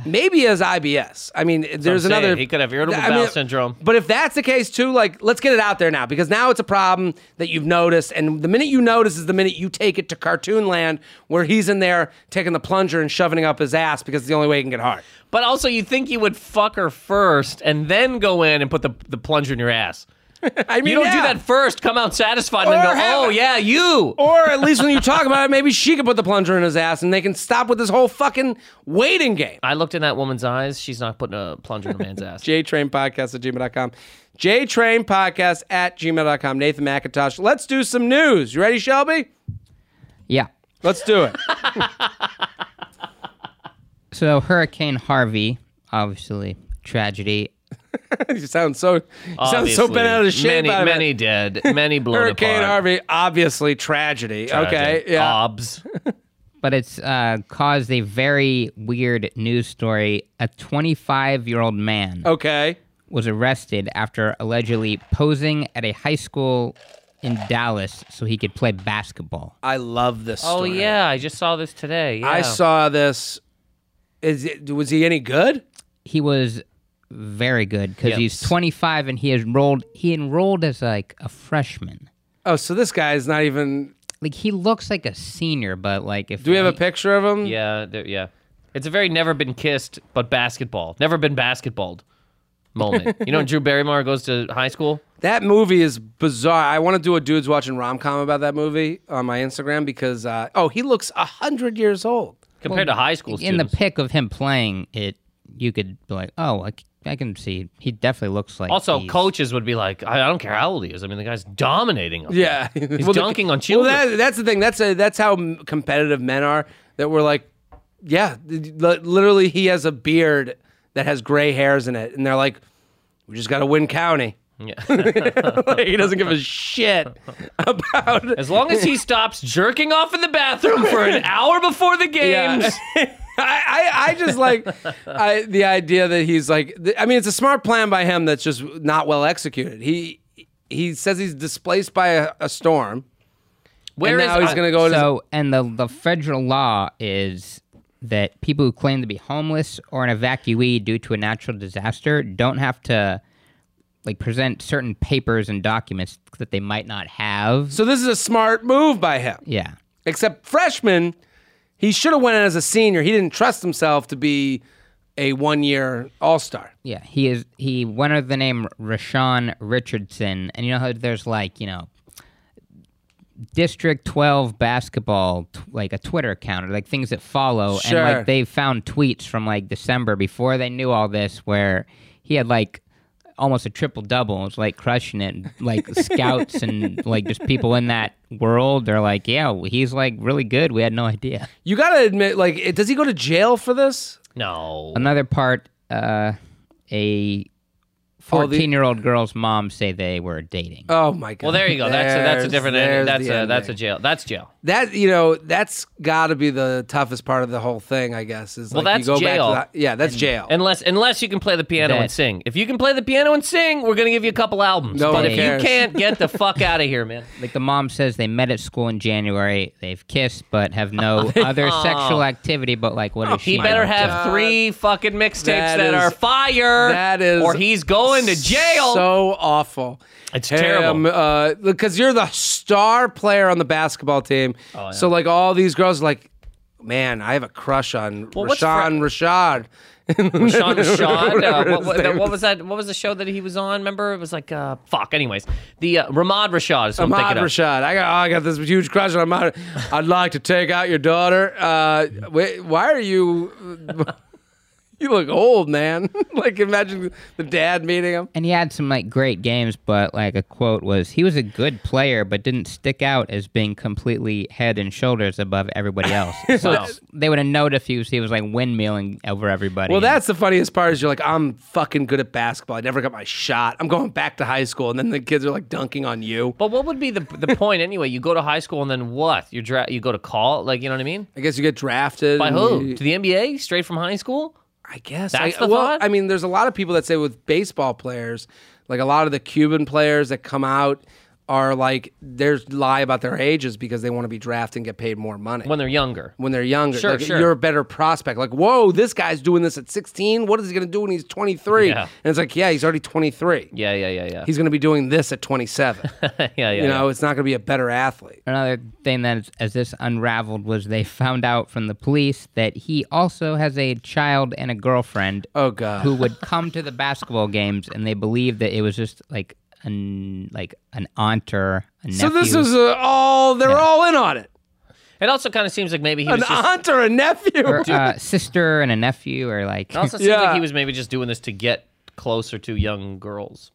S2: Maybe as IBS. I mean, there's
S3: I'm saying.
S2: another.
S3: He could have irritable
S2: I
S3: bowel syndrome.
S2: But if that's the case too, like let's get it out there now because now it's a problem that you've noticed, and the minute you notice is the minute you take it to cartoon land where he's in there taking the plunger and shoving it up his ass because it's the only way he can get hard.
S3: But also, you think you would fuck her first and then go in and put the, the plunger in your ass.
S2: I mean,
S3: You don't do
S2: yeah.
S3: that first, come out satisfied, and then
S2: Or
S3: go,
S2: have-
S3: oh, yeah, you.
S2: Or at least when you talk about it, maybe she could put the plunger in his ass, and they can stop with this whole fucking waiting game.
S3: I looked in that woman's eyes. She's not putting a plunger in a man's ass.
S2: jtrainpodcast at gmail.com. jtrainpodcast at gmail.com. Nathan McIntosh. Let's do some news. You ready, Shelby?
S4: Yeah.
S2: Let's do it.
S4: So Hurricane Harvey, obviously tragedy.
S2: you sound so you sound so
S3: Obviously.
S2: bent out of shape.
S3: Many,
S2: out of it.
S3: many dead. Many blown
S2: Hurricane
S3: apart.
S2: Harvey, obviously tragedy. Okay, yeah.
S3: Obs.
S4: but it's uh, caused a very weird news story. A 25 year old man
S2: Okay.
S4: was arrested after allegedly posing at a high school in Dallas so he could play basketball.
S2: I love this
S3: Oh,
S2: story.
S3: yeah. I just saw this today. Yeah.
S2: I saw this. Is it, was he any good?
S4: He was very good because
S3: Yep.
S4: he's 25 and he enrolled. He enrolled as like a freshman.
S2: Oh, so this guy is not even.
S4: Like he looks like a senior, but like if
S2: Do we have a
S4: he-
S2: picture of him?
S3: Yeah. there- yeah. It's a very never been kissed, but basketball. Never been basketballed moment. you know, when Drew Barrymore goes to high school?
S2: That movie is bizarre. I want to do a dudes watching rom com about that movie on my Instagram because uh, oh, he looks hundred years old.
S3: Compared to high school
S4: in the
S3: students.
S4: pic of him playing it, you could be like, oh, I, c- I can see he definitely looks like
S3: also,
S4: he's-
S3: coaches would be like, I, I don't care how old he is. I mean, the guy's dominating. Him.
S2: Yeah,
S3: He's
S2: Well, the-
S3: dunking on children.
S2: Well, that, that's the thing. That's a, that's how m- competitive men are. That we're like, yeah, li- literally, he has a beard that has gray hairs in it, and they're like, we just got to win county. like, he doesn't give a shit about
S3: As long as he stops jerking off in the bathroom for an hour before the games.
S2: I, I, I just like I, the idea that he's like. th- I mean, it's a smart plan by him that's just not well executed. He he says he's displaced by a, a storm.
S3: Where
S2: and
S3: is
S2: now he's
S3: I-
S2: going to go to.
S4: So, and the, the federal law is that people who claim to be homeless or an evacuee due to a natural disaster don't have to like present certain papers and documents that they might not have.
S2: so this is a smart move by him.
S4: Yeah.
S2: Except freshman, he should have went in as a senior. He didn't trust himself to be a one year all star.
S4: Yeah, he is he went under the name Rashawn Richardson and you know how there's like, you know, District 12 basketball, t- like a Twitter account, or like things that follow. And
S2: Sure.
S4: like they found tweets from like December before they knew all this where he had like almost a triple double. It was like crushing it. And, Like scouts and like just people in that world, they're like, yeah, well, he's like really good. We had no idea.
S2: You got to admit, like, it- does he go to jail for this?
S3: No.
S4: Another part, uh, a.
S2: All the-
S4: 14 year old girl's mom say they were dating.
S3: Uh,
S2: Oh my god!
S3: Well, there you go. That's a, that's a
S2: There's-
S3: different.
S2: there's
S3: That's
S2: the
S3: a that's a
S2: ending.
S3: jail. That's jail.
S2: that you know that's got to be the toughest part of the whole thing. I guess is
S3: Well,
S2: like,
S3: that's
S2: you go
S3: jail.
S2: Back to the, yeah, that's jail.
S3: Unless unless you can play the piano and
S4: That-
S3: sing. If you can play the piano and sing, we're gonna give you a couple albums.
S2: No
S3: but
S2: one
S3: if
S2: cares.
S3: you can't, get the fuck out of here, man.
S4: Like the mom says, they met at school in January. They've kissed, but have no other sexual activity. But like, what is she?
S3: He better
S4: up to?
S3: have three fucking mixtapes
S2: That is-
S3: that, are fire.
S2: that is
S3: or he's going to jail.
S2: So awful.
S3: It's terrible.
S2: Because you're the star player on the basketball team.
S3: Oh,
S2: So, like, all these girls are like, man, I have a crush on
S3: what's
S2: Rashawn Rashad.
S3: Sean Sean. Uh, what,
S2: his
S3: what-
S2: name
S3: what was that? What was the show that he was on? Remember, it was like uh, fuck. Anyways, the uh, Ramad Rashad. Is what I'm
S2: Ahmad
S3: thinking of.
S2: Rashad. I got, oh, I got this huge crush on Ahmad. I'd like to take out your daughter. Uh, wait, why are you. you look old, man. like imagine the dad meeting him.
S4: And he had some like great games, but like a quote was, "He was a good player, but didn't stick out as being completely head and shoulders above everybody else." So it's- they would have noticed if he was, he was like windmilling over everybody.
S2: Well, that's the funniest part is you're like, I'm fucking good at basketball. I never got my shot. I'm going back to high school, and then the kids are like dunking on you.
S3: But what would be the the point anyway? You go to high school and then what? You dra- you go to call like you know what I mean?
S2: I guess you get drafted
S3: By
S2: and
S3: who?
S2: you-
S3: To the NBA? Straight from high school?
S2: I guess
S3: That's
S2: I,
S3: the
S2: well,
S3: thought?
S2: I mean, there's a lot of people that say with baseball players, like a lot of the Cuban players that come out are like there's lie about their ages because they want to be drafted and get paid more money
S3: When they're younger.
S2: when they're younger.
S3: Sure,
S2: like,
S3: sure.
S2: You're a better prospect. Like, whoa, this guy's doing this at 16. What is he going to do when he's 23?
S3: Yeah.
S2: And it's like, yeah, he's already 23.
S3: Yeah, yeah, yeah, yeah.
S2: He's going to be doing this at 27.
S3: yeah, yeah.
S2: you know, it's not going to be a better athlete.
S4: Another thing that is- as this unraveled was they found out from the police that he also has a child and a girlfriend
S2: Oh god.
S4: who would come to the basketball games, and they believed that it was just like an like an aunt or a nephew.
S2: So this is uh, all they're all in on it.
S3: It also kind of seems like maybe he was
S2: An
S3: just.
S2: aunt or a nephew.
S4: or, uh, sister and a nephew, or like
S3: It also seems
S2: Yeah.
S3: like he was maybe just doing this to get closer to young girls.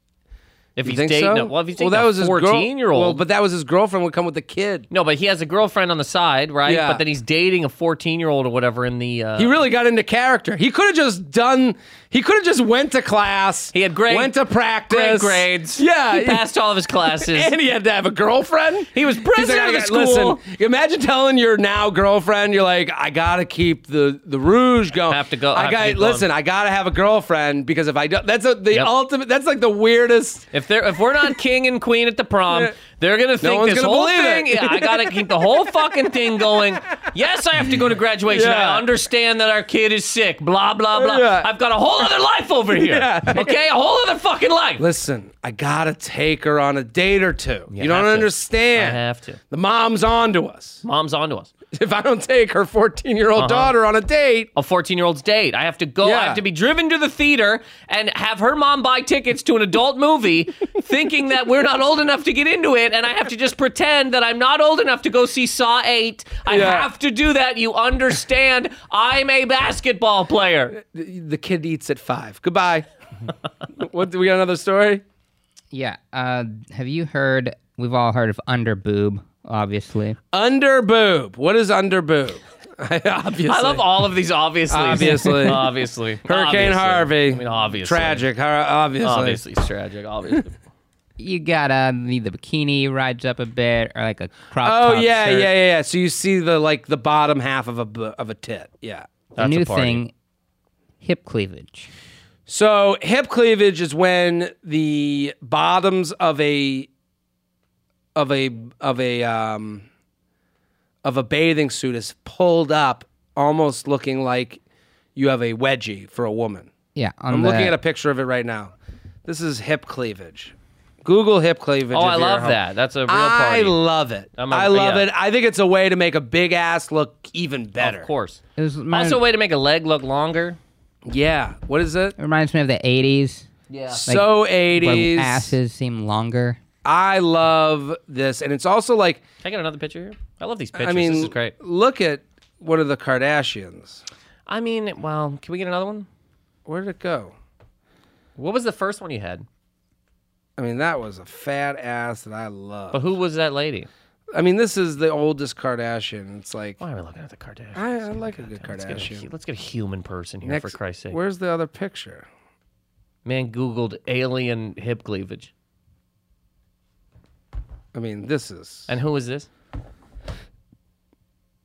S3: If he's
S2: think
S3: dating,
S2: so?
S3: a, well, if he's dating a fourteen-year-old,
S2: Well, but that was his girlfriend would come with the kid.
S3: no, but he has a girlfriend on the side, right?
S2: Yeah.
S3: But then he's dating a fourteen-year-old or whatever in the. Uh,
S2: He really got into character. He could have just done. He could have just went to class.
S3: He had great-
S2: went to practice.
S3: great grades.
S2: Yeah,
S3: he passed all of his classes.
S2: And he had to have a girlfriend. He
S3: was president of the school."
S2: Listen, imagine telling your now girlfriend, you're like, I gotta keep the the rouge going.
S3: Have to go-
S2: I
S3: have to
S2: got.
S3: keep going."
S2: Listen, I gotta have a girlfriend because if I don't, that's a, the
S3: Yep.
S2: ultimate. That's like the weirdest.
S3: If they're if we're not king and queen at the prom, they're gonna think
S2: one's
S3: this
S2: gonna
S3: whole
S2: believe
S3: thing.
S2: it.
S3: Yeah, I gotta keep the whole fucking thing going. Yes, I have to go to graduation.
S2: Yeah.
S3: I understand that our kid is sick. Blah blah blah.
S2: Yeah.
S3: I've got a whole other life over here.
S2: Yeah.
S3: Okay, a whole other fucking life.
S2: Listen, I gotta take her on a date or two. You, don't
S3: have to.
S2: understand.
S3: I have to.
S2: The mom's on to us.
S3: Mom's onto us.
S2: If I don't take her 14 year
S3: Uh-huh.
S2: old daughter on a date,
S3: A 14 year old's date. I have to go.
S2: Yeah.
S3: I have to be driven to the theater and have her mom buy tickets to an adult movie, thinking that we're not old enough to get into it. And I have to just pretend that I'm not old enough to go see Saw 8. I
S2: Yeah.
S3: have to do that. You understand? I'm a basketball player.
S2: the the kid eats at five. Goodbye. what? Do we got another story?
S4: yeah. Uh, have you heard? We've all heard of underboob, obviously.
S2: Under boob. What is under boob? Obviously.
S3: I love all of these, obviously.
S2: Obviously.
S3: obviously.
S2: Hurricane
S3: Obviously.
S2: Harvey.
S3: I mean, obviously.
S2: Tragic. har- Obviously.
S3: Obviously, it's tragic. Obviously.
S4: You gotta need the bikini rides up a bit, or like a crop
S2: Oh
S4: top
S2: yeah, yeah,
S4: shirt.
S2: yeah, yeah. So you see the like the bottom half of a bu- of a tit. Yeah.
S4: The new
S3: a party.
S4: thing, hip cleavage.
S2: So hip cleavage is when the bottoms of a of a of a um of a bathing suit is pulled up, almost looking like you have a wedgie for a woman.
S4: Yeah, on
S2: I'm
S4: the,
S2: looking at a picture of it right now. This is hip cleavage. Google hip cleavage.
S3: Oh,
S2: if
S3: I
S2: you're
S3: love
S2: home.
S3: that. That's a real
S2: I
S3: party.
S2: love it.
S3: I'm a-
S2: I love
S3: yeah.
S2: it. I think it's a way to make a big ass look even better.
S3: of course.
S4: It was remind-
S3: Also, a way to make a leg look longer.
S2: Yeah. What is it?
S4: it reminds me of the '80s.
S3: Yeah.
S2: so 80s.
S4: Where asses seem longer.
S2: I love this, and it's also like
S3: Can I get another picture here? I love these pictures.
S2: I mean,
S3: this is great.
S2: look at one of the Kardashians.
S3: I mean, well, can we get another one?
S2: Where did it go?
S3: What was the first one you had?
S2: I mean, that was a fat ass that I love.
S3: But who was that lady?
S2: I mean, this is the oldest Kardashian. It's like
S3: Why are we looking at the Kardashians?
S2: I, I like a good
S3: Let's get a, hu-
S2: Kardashian.
S3: let's get a human person here, for
S2: Next-
S3: Christ's sake.
S2: Where's the other picture?
S3: Man Googled alien hip cleavage.
S2: I mean, this is
S3: And who is this?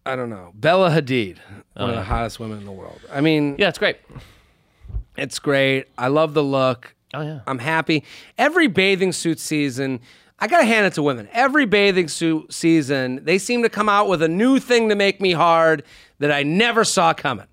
S2: I don't know. Bella Hadid, one
S3: Uh.
S2: of the hottest women in the world. I mean,
S3: Yeah, it's great.
S2: it's great. I love the look.
S3: Oh, yeah.
S2: I'm happy. Every bathing suit season, I gotta hand it to women. Every bathing suit season, they seem to come out with a new thing to make me hard that I never saw coming.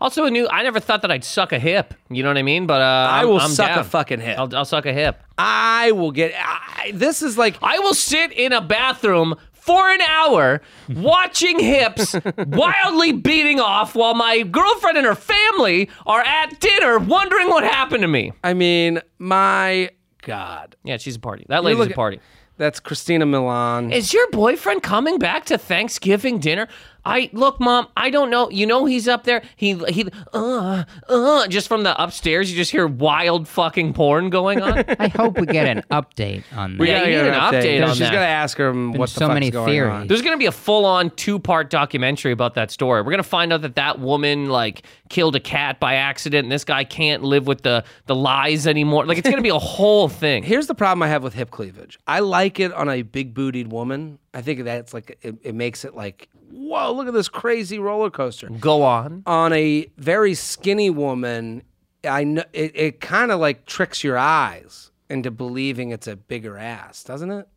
S3: Also, a new. I never thought that I'd suck a hip. You know what I mean? But uh, I'm-
S2: will
S3: I'm
S2: suck a
S3: down.
S2: fucking hip.
S3: I'll, I'll suck a hip.
S2: I will get. I, this is like
S3: I will sit in a bathroom for an hour watching hips wildly beating off while my girlfriend and her family are at dinner wondering what happened to me.
S2: I mean, my God.
S3: Yeah, she's a party. That lady's
S2: look-
S3: a party.
S2: That's Christina Milan.
S3: Is your boyfriend coming back to Thanksgiving dinner? I look, mom. I don't know. You know he's up there. He he. Uh uh. Just from the upstairs, you just hear wild fucking porn going on.
S4: I hope we get an update on that.
S2: We gotta
S3: you
S2: get
S3: need an update on
S2: She's
S3: that.
S2: gonna ask her what the
S4: so
S2: fuck's
S4: many
S2: going
S4: theories.
S2: on.
S3: There's going to be a full-on two-part documentary about that story. We're going to find out that that woman like killed a cat by accident, and this guy can't live with the the lies anymore. Like it's going to be a whole thing.
S2: Here's the problem I have with hip cleavage. I like it on a big bootied woman. I think that's like it, it makes it like whoa, look at this crazy roller coaster.
S3: Go on.
S2: On a very skinny woman, I know it, it kind of like tricks your eyes into believing it's a bigger ass, doesn't it?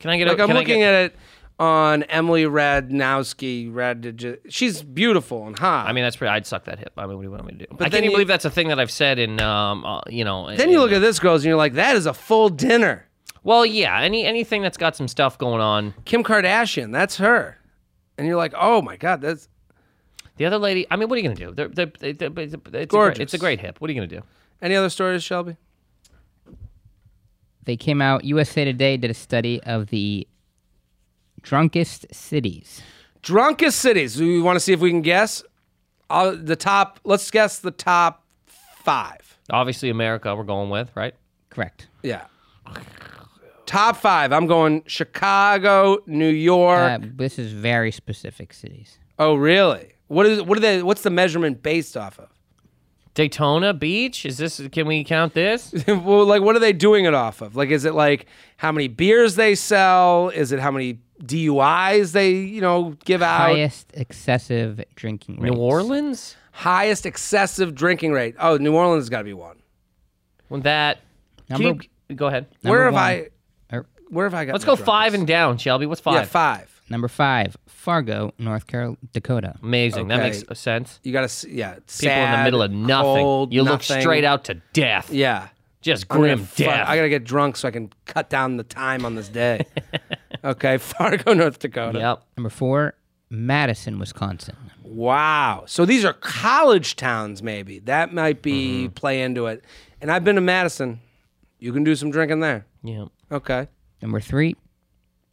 S3: Can I get?
S2: Like
S3: a,
S2: I'm
S3: can I
S2: looking
S3: get-
S2: at it on Emily Radnowski. Rad, she's beautiful and hot.
S3: I mean, that's pretty. I'd suck that hip. I mean, what do you want me to do? I
S2: then
S3: can't even
S2: you-
S3: believe that's a thing that I've said in, um, uh, you know.
S2: then you look at this girls and you're like, that is a full dinner.
S3: Well, yeah. Any anything that's got some stuff going on.
S2: Kim Kardashian, that's her, and you're like, oh my god, that's
S3: The other lady. I mean, what are you gonna do? They're, they're, they they it's, a great-
S2: Gorgeous.
S3: it's a great hip. What are you gonna do?
S2: Any other stories, Shelby?
S4: They came out. USA Today did a study of the drunkest cities.
S2: Drunkest cities. Do you want to see if we can guess? Uh, the top. Let's guess the top five.
S3: Obviously, America. We're going with right.
S4: Correct.
S2: Yeah. Top five. I'm going Chicago, New
S3: Er,
S2: York.
S4: Uh, this is very specific cities.
S2: oh, really? What is? What are they? What's the measurement based off of?
S3: Daytona Beach. Is this? Can we count this?
S2: well, like, what are they doing it off of? Like, is it like how many beers they sell? Is it how many DUIs they you know give out?
S4: Highest excessive drinking rates.
S3: New Orleans?
S2: Highest excessive drinking rate. Oh, New Orleans has got to be one.
S3: Well, that. can
S4: Number-
S3: you- go ahead.
S2: Where have
S4: one.
S2: I?
S4: Er,
S2: Where have I got?
S3: Let's
S2: my
S3: go
S2: drunkest?
S3: five and down, Shelby. What's five?
S2: Yeah, five.
S4: Number five, Fargo, North Carolina, Dakota.
S3: Amazing. That
S2: Okay.
S3: makes sense.
S2: You gotta, see, yeah.
S3: People in the middle of nothing. you look straight out to death.
S2: Yeah.
S3: Just
S2: I'm gonna
S3: grim
S2: fu-
S3: death.
S2: I gotta get drunk so I can cut down the time on this day. okay, Fargo, North Dakota.
S3: yep.
S4: Number four, Madison, Wisconsin.
S2: Wow. So these are college towns, maybe that might be
S3: Mm-hmm.
S2: play into it. And I've been to Madison. You can do some drinking there.
S3: Yep.
S2: Okay.
S4: Number three,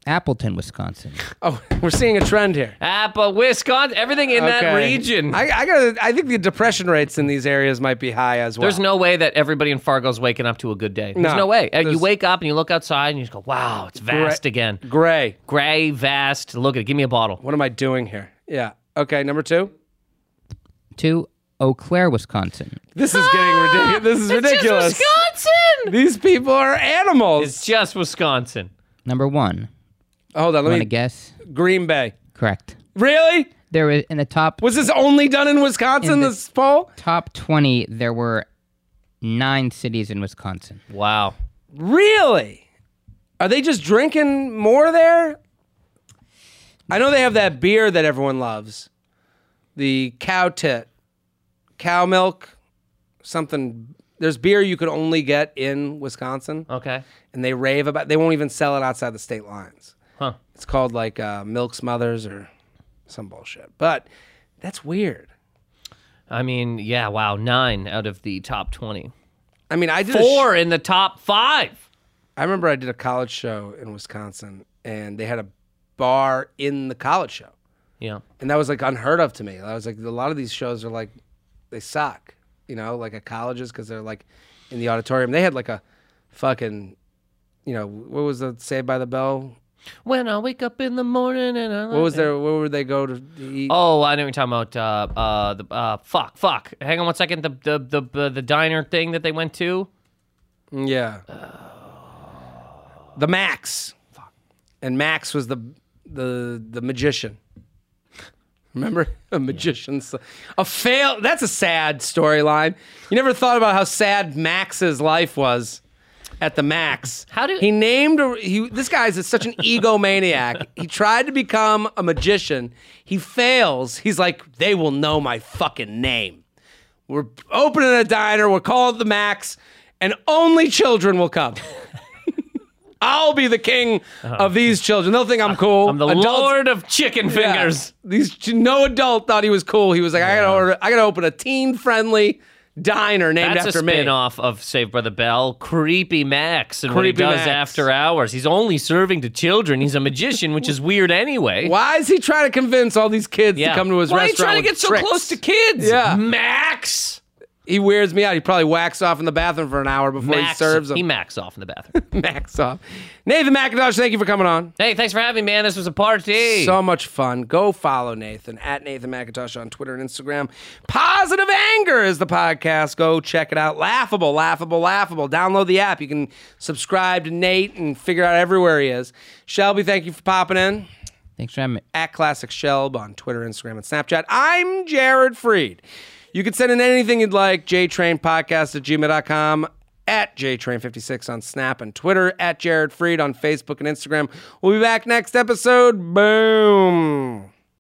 S4: Appleton, Wisconsin.
S2: Oh, we're seeing a trend here.
S3: Appa, Wisconsin, everything in that
S2: Okay.
S3: region.
S2: I, I gotta. I think the depression rates in these areas might be high as well.
S3: There's no way that everybody in Fargo's waking up to a good day. There's
S2: No.
S3: no, way. Uh, You
S2: There's-
S3: wake up and you look outside and you just go, wow, it's vast again.
S2: gray.
S3: Gray, vast. Look at it. Give me a bottle.
S2: What am I doing here? Yeah. Okay. Number two.
S4: Two, Eau Claire, Wisconsin.
S2: This is getting ridiculous. This is ridiculous.
S3: It's just Wisconsin.
S2: These people are animals.
S3: It's just Wisconsin.
S4: Number one,
S2: Hold on,
S4: want
S2: let
S4: to
S2: me.
S4: guess?
S2: Green Bay.
S4: Correct.
S2: Really?
S4: There was in the top
S2: Was this only done in Wisconsin?
S4: In the-
S2: this poll?
S4: top twenty. There were nine cities in Wisconsin.
S3: Wow.
S2: Really? Are they just drinking more there? I know they have that beer that everyone loves, the cow tit, cow milk, something. There's beer you could only get in Wisconsin,
S3: Okay.
S2: and they rave about. They won't even sell it outside the state lines.
S3: Huh.
S2: It's called like uh, Milk Smothers or some bullshit. But that's weird.
S3: I mean, yeah, wow. Nine out of the top 20.
S2: I mean, I did a sh-
S3: Four in the top five.
S2: I remember I did a college show in Wisconsin, and they had a bar in the college show,
S3: Yeah.
S2: and that was like unheard of to me. I was like, a lot of these shows are like, they suck, you know, like at colleges because they're like in the auditorium. They had like a fucking, you know, what was the Saved by the Bell?
S3: When I wake up in the morning and I.
S2: What was their? Where would they go to eat?
S3: Oh, I know what you're talking about. Uh, uh, the, uh, fuck, fuck. Hang on one second. The the the uh, the diner thing that they went to.
S2: Yeah. The Max. And Max was the the the magician. Remember a magician's a fail. That's a sad storyline. You never thought about how sad Max's life was at the Max.
S3: How do-
S2: he named a, he? This guy's is such an egomaniac. He tried to become a magician. He fails. He's like, they will know my fucking name. We're opening a diner. We're calling it the Max, and only children will come. I'll be the king of these children. They'll think I'm cool.
S3: Uh-huh. Uh, I'm the Lord of Chicken Fingers.
S2: These no adult thought he was cool. He was like, I gotta order, I gotta open a teen friendly diner named
S3: That's
S2: after
S3: a
S2: me.
S3: spin-off of Saved by the Bell. Creepy Max and what he
S2: Creepy
S3: does
S2: Max.
S3: after hours. He's only serving to children. He's a magician, which is weird anyway.
S2: Why is he trying to convince all these kids
S3: Yeah.
S2: to come to his
S3: Why are you
S2: restaurant?
S3: trying to
S2: with
S3: get so
S2: tricks?
S3: close to kids?
S2: Yeah.
S3: Max.
S2: He weirds me out. He probably whacks off in the bathroom for an hour before
S3: Max.
S2: he serves them.
S3: He max off in the bathroom.
S2: Max off. Nathan McIntosh, thank you for coming on.
S3: hey, thanks for having me, man. This was a party.
S2: So much fun. Go follow Nathan at Nathan McIntosh on Twitter and Instagram. Positive Anger is the podcast. Go check it out. Laughable, laughable, laughable. Download the app. You can subscribe to Nate and figure out everywhere he is. Shelby, thank you for popping in.
S4: Thanks for having me.
S2: At Classic Shelb on Twitter, Instagram, and Snapchat. I'm Jared Freed. You can send in anything you'd like, jtrainpodcast at gmail.com, at jtrain56 on Snap and Twitter, at Jared Freed on Facebook and Instagram. We'll be back next episode. Boom.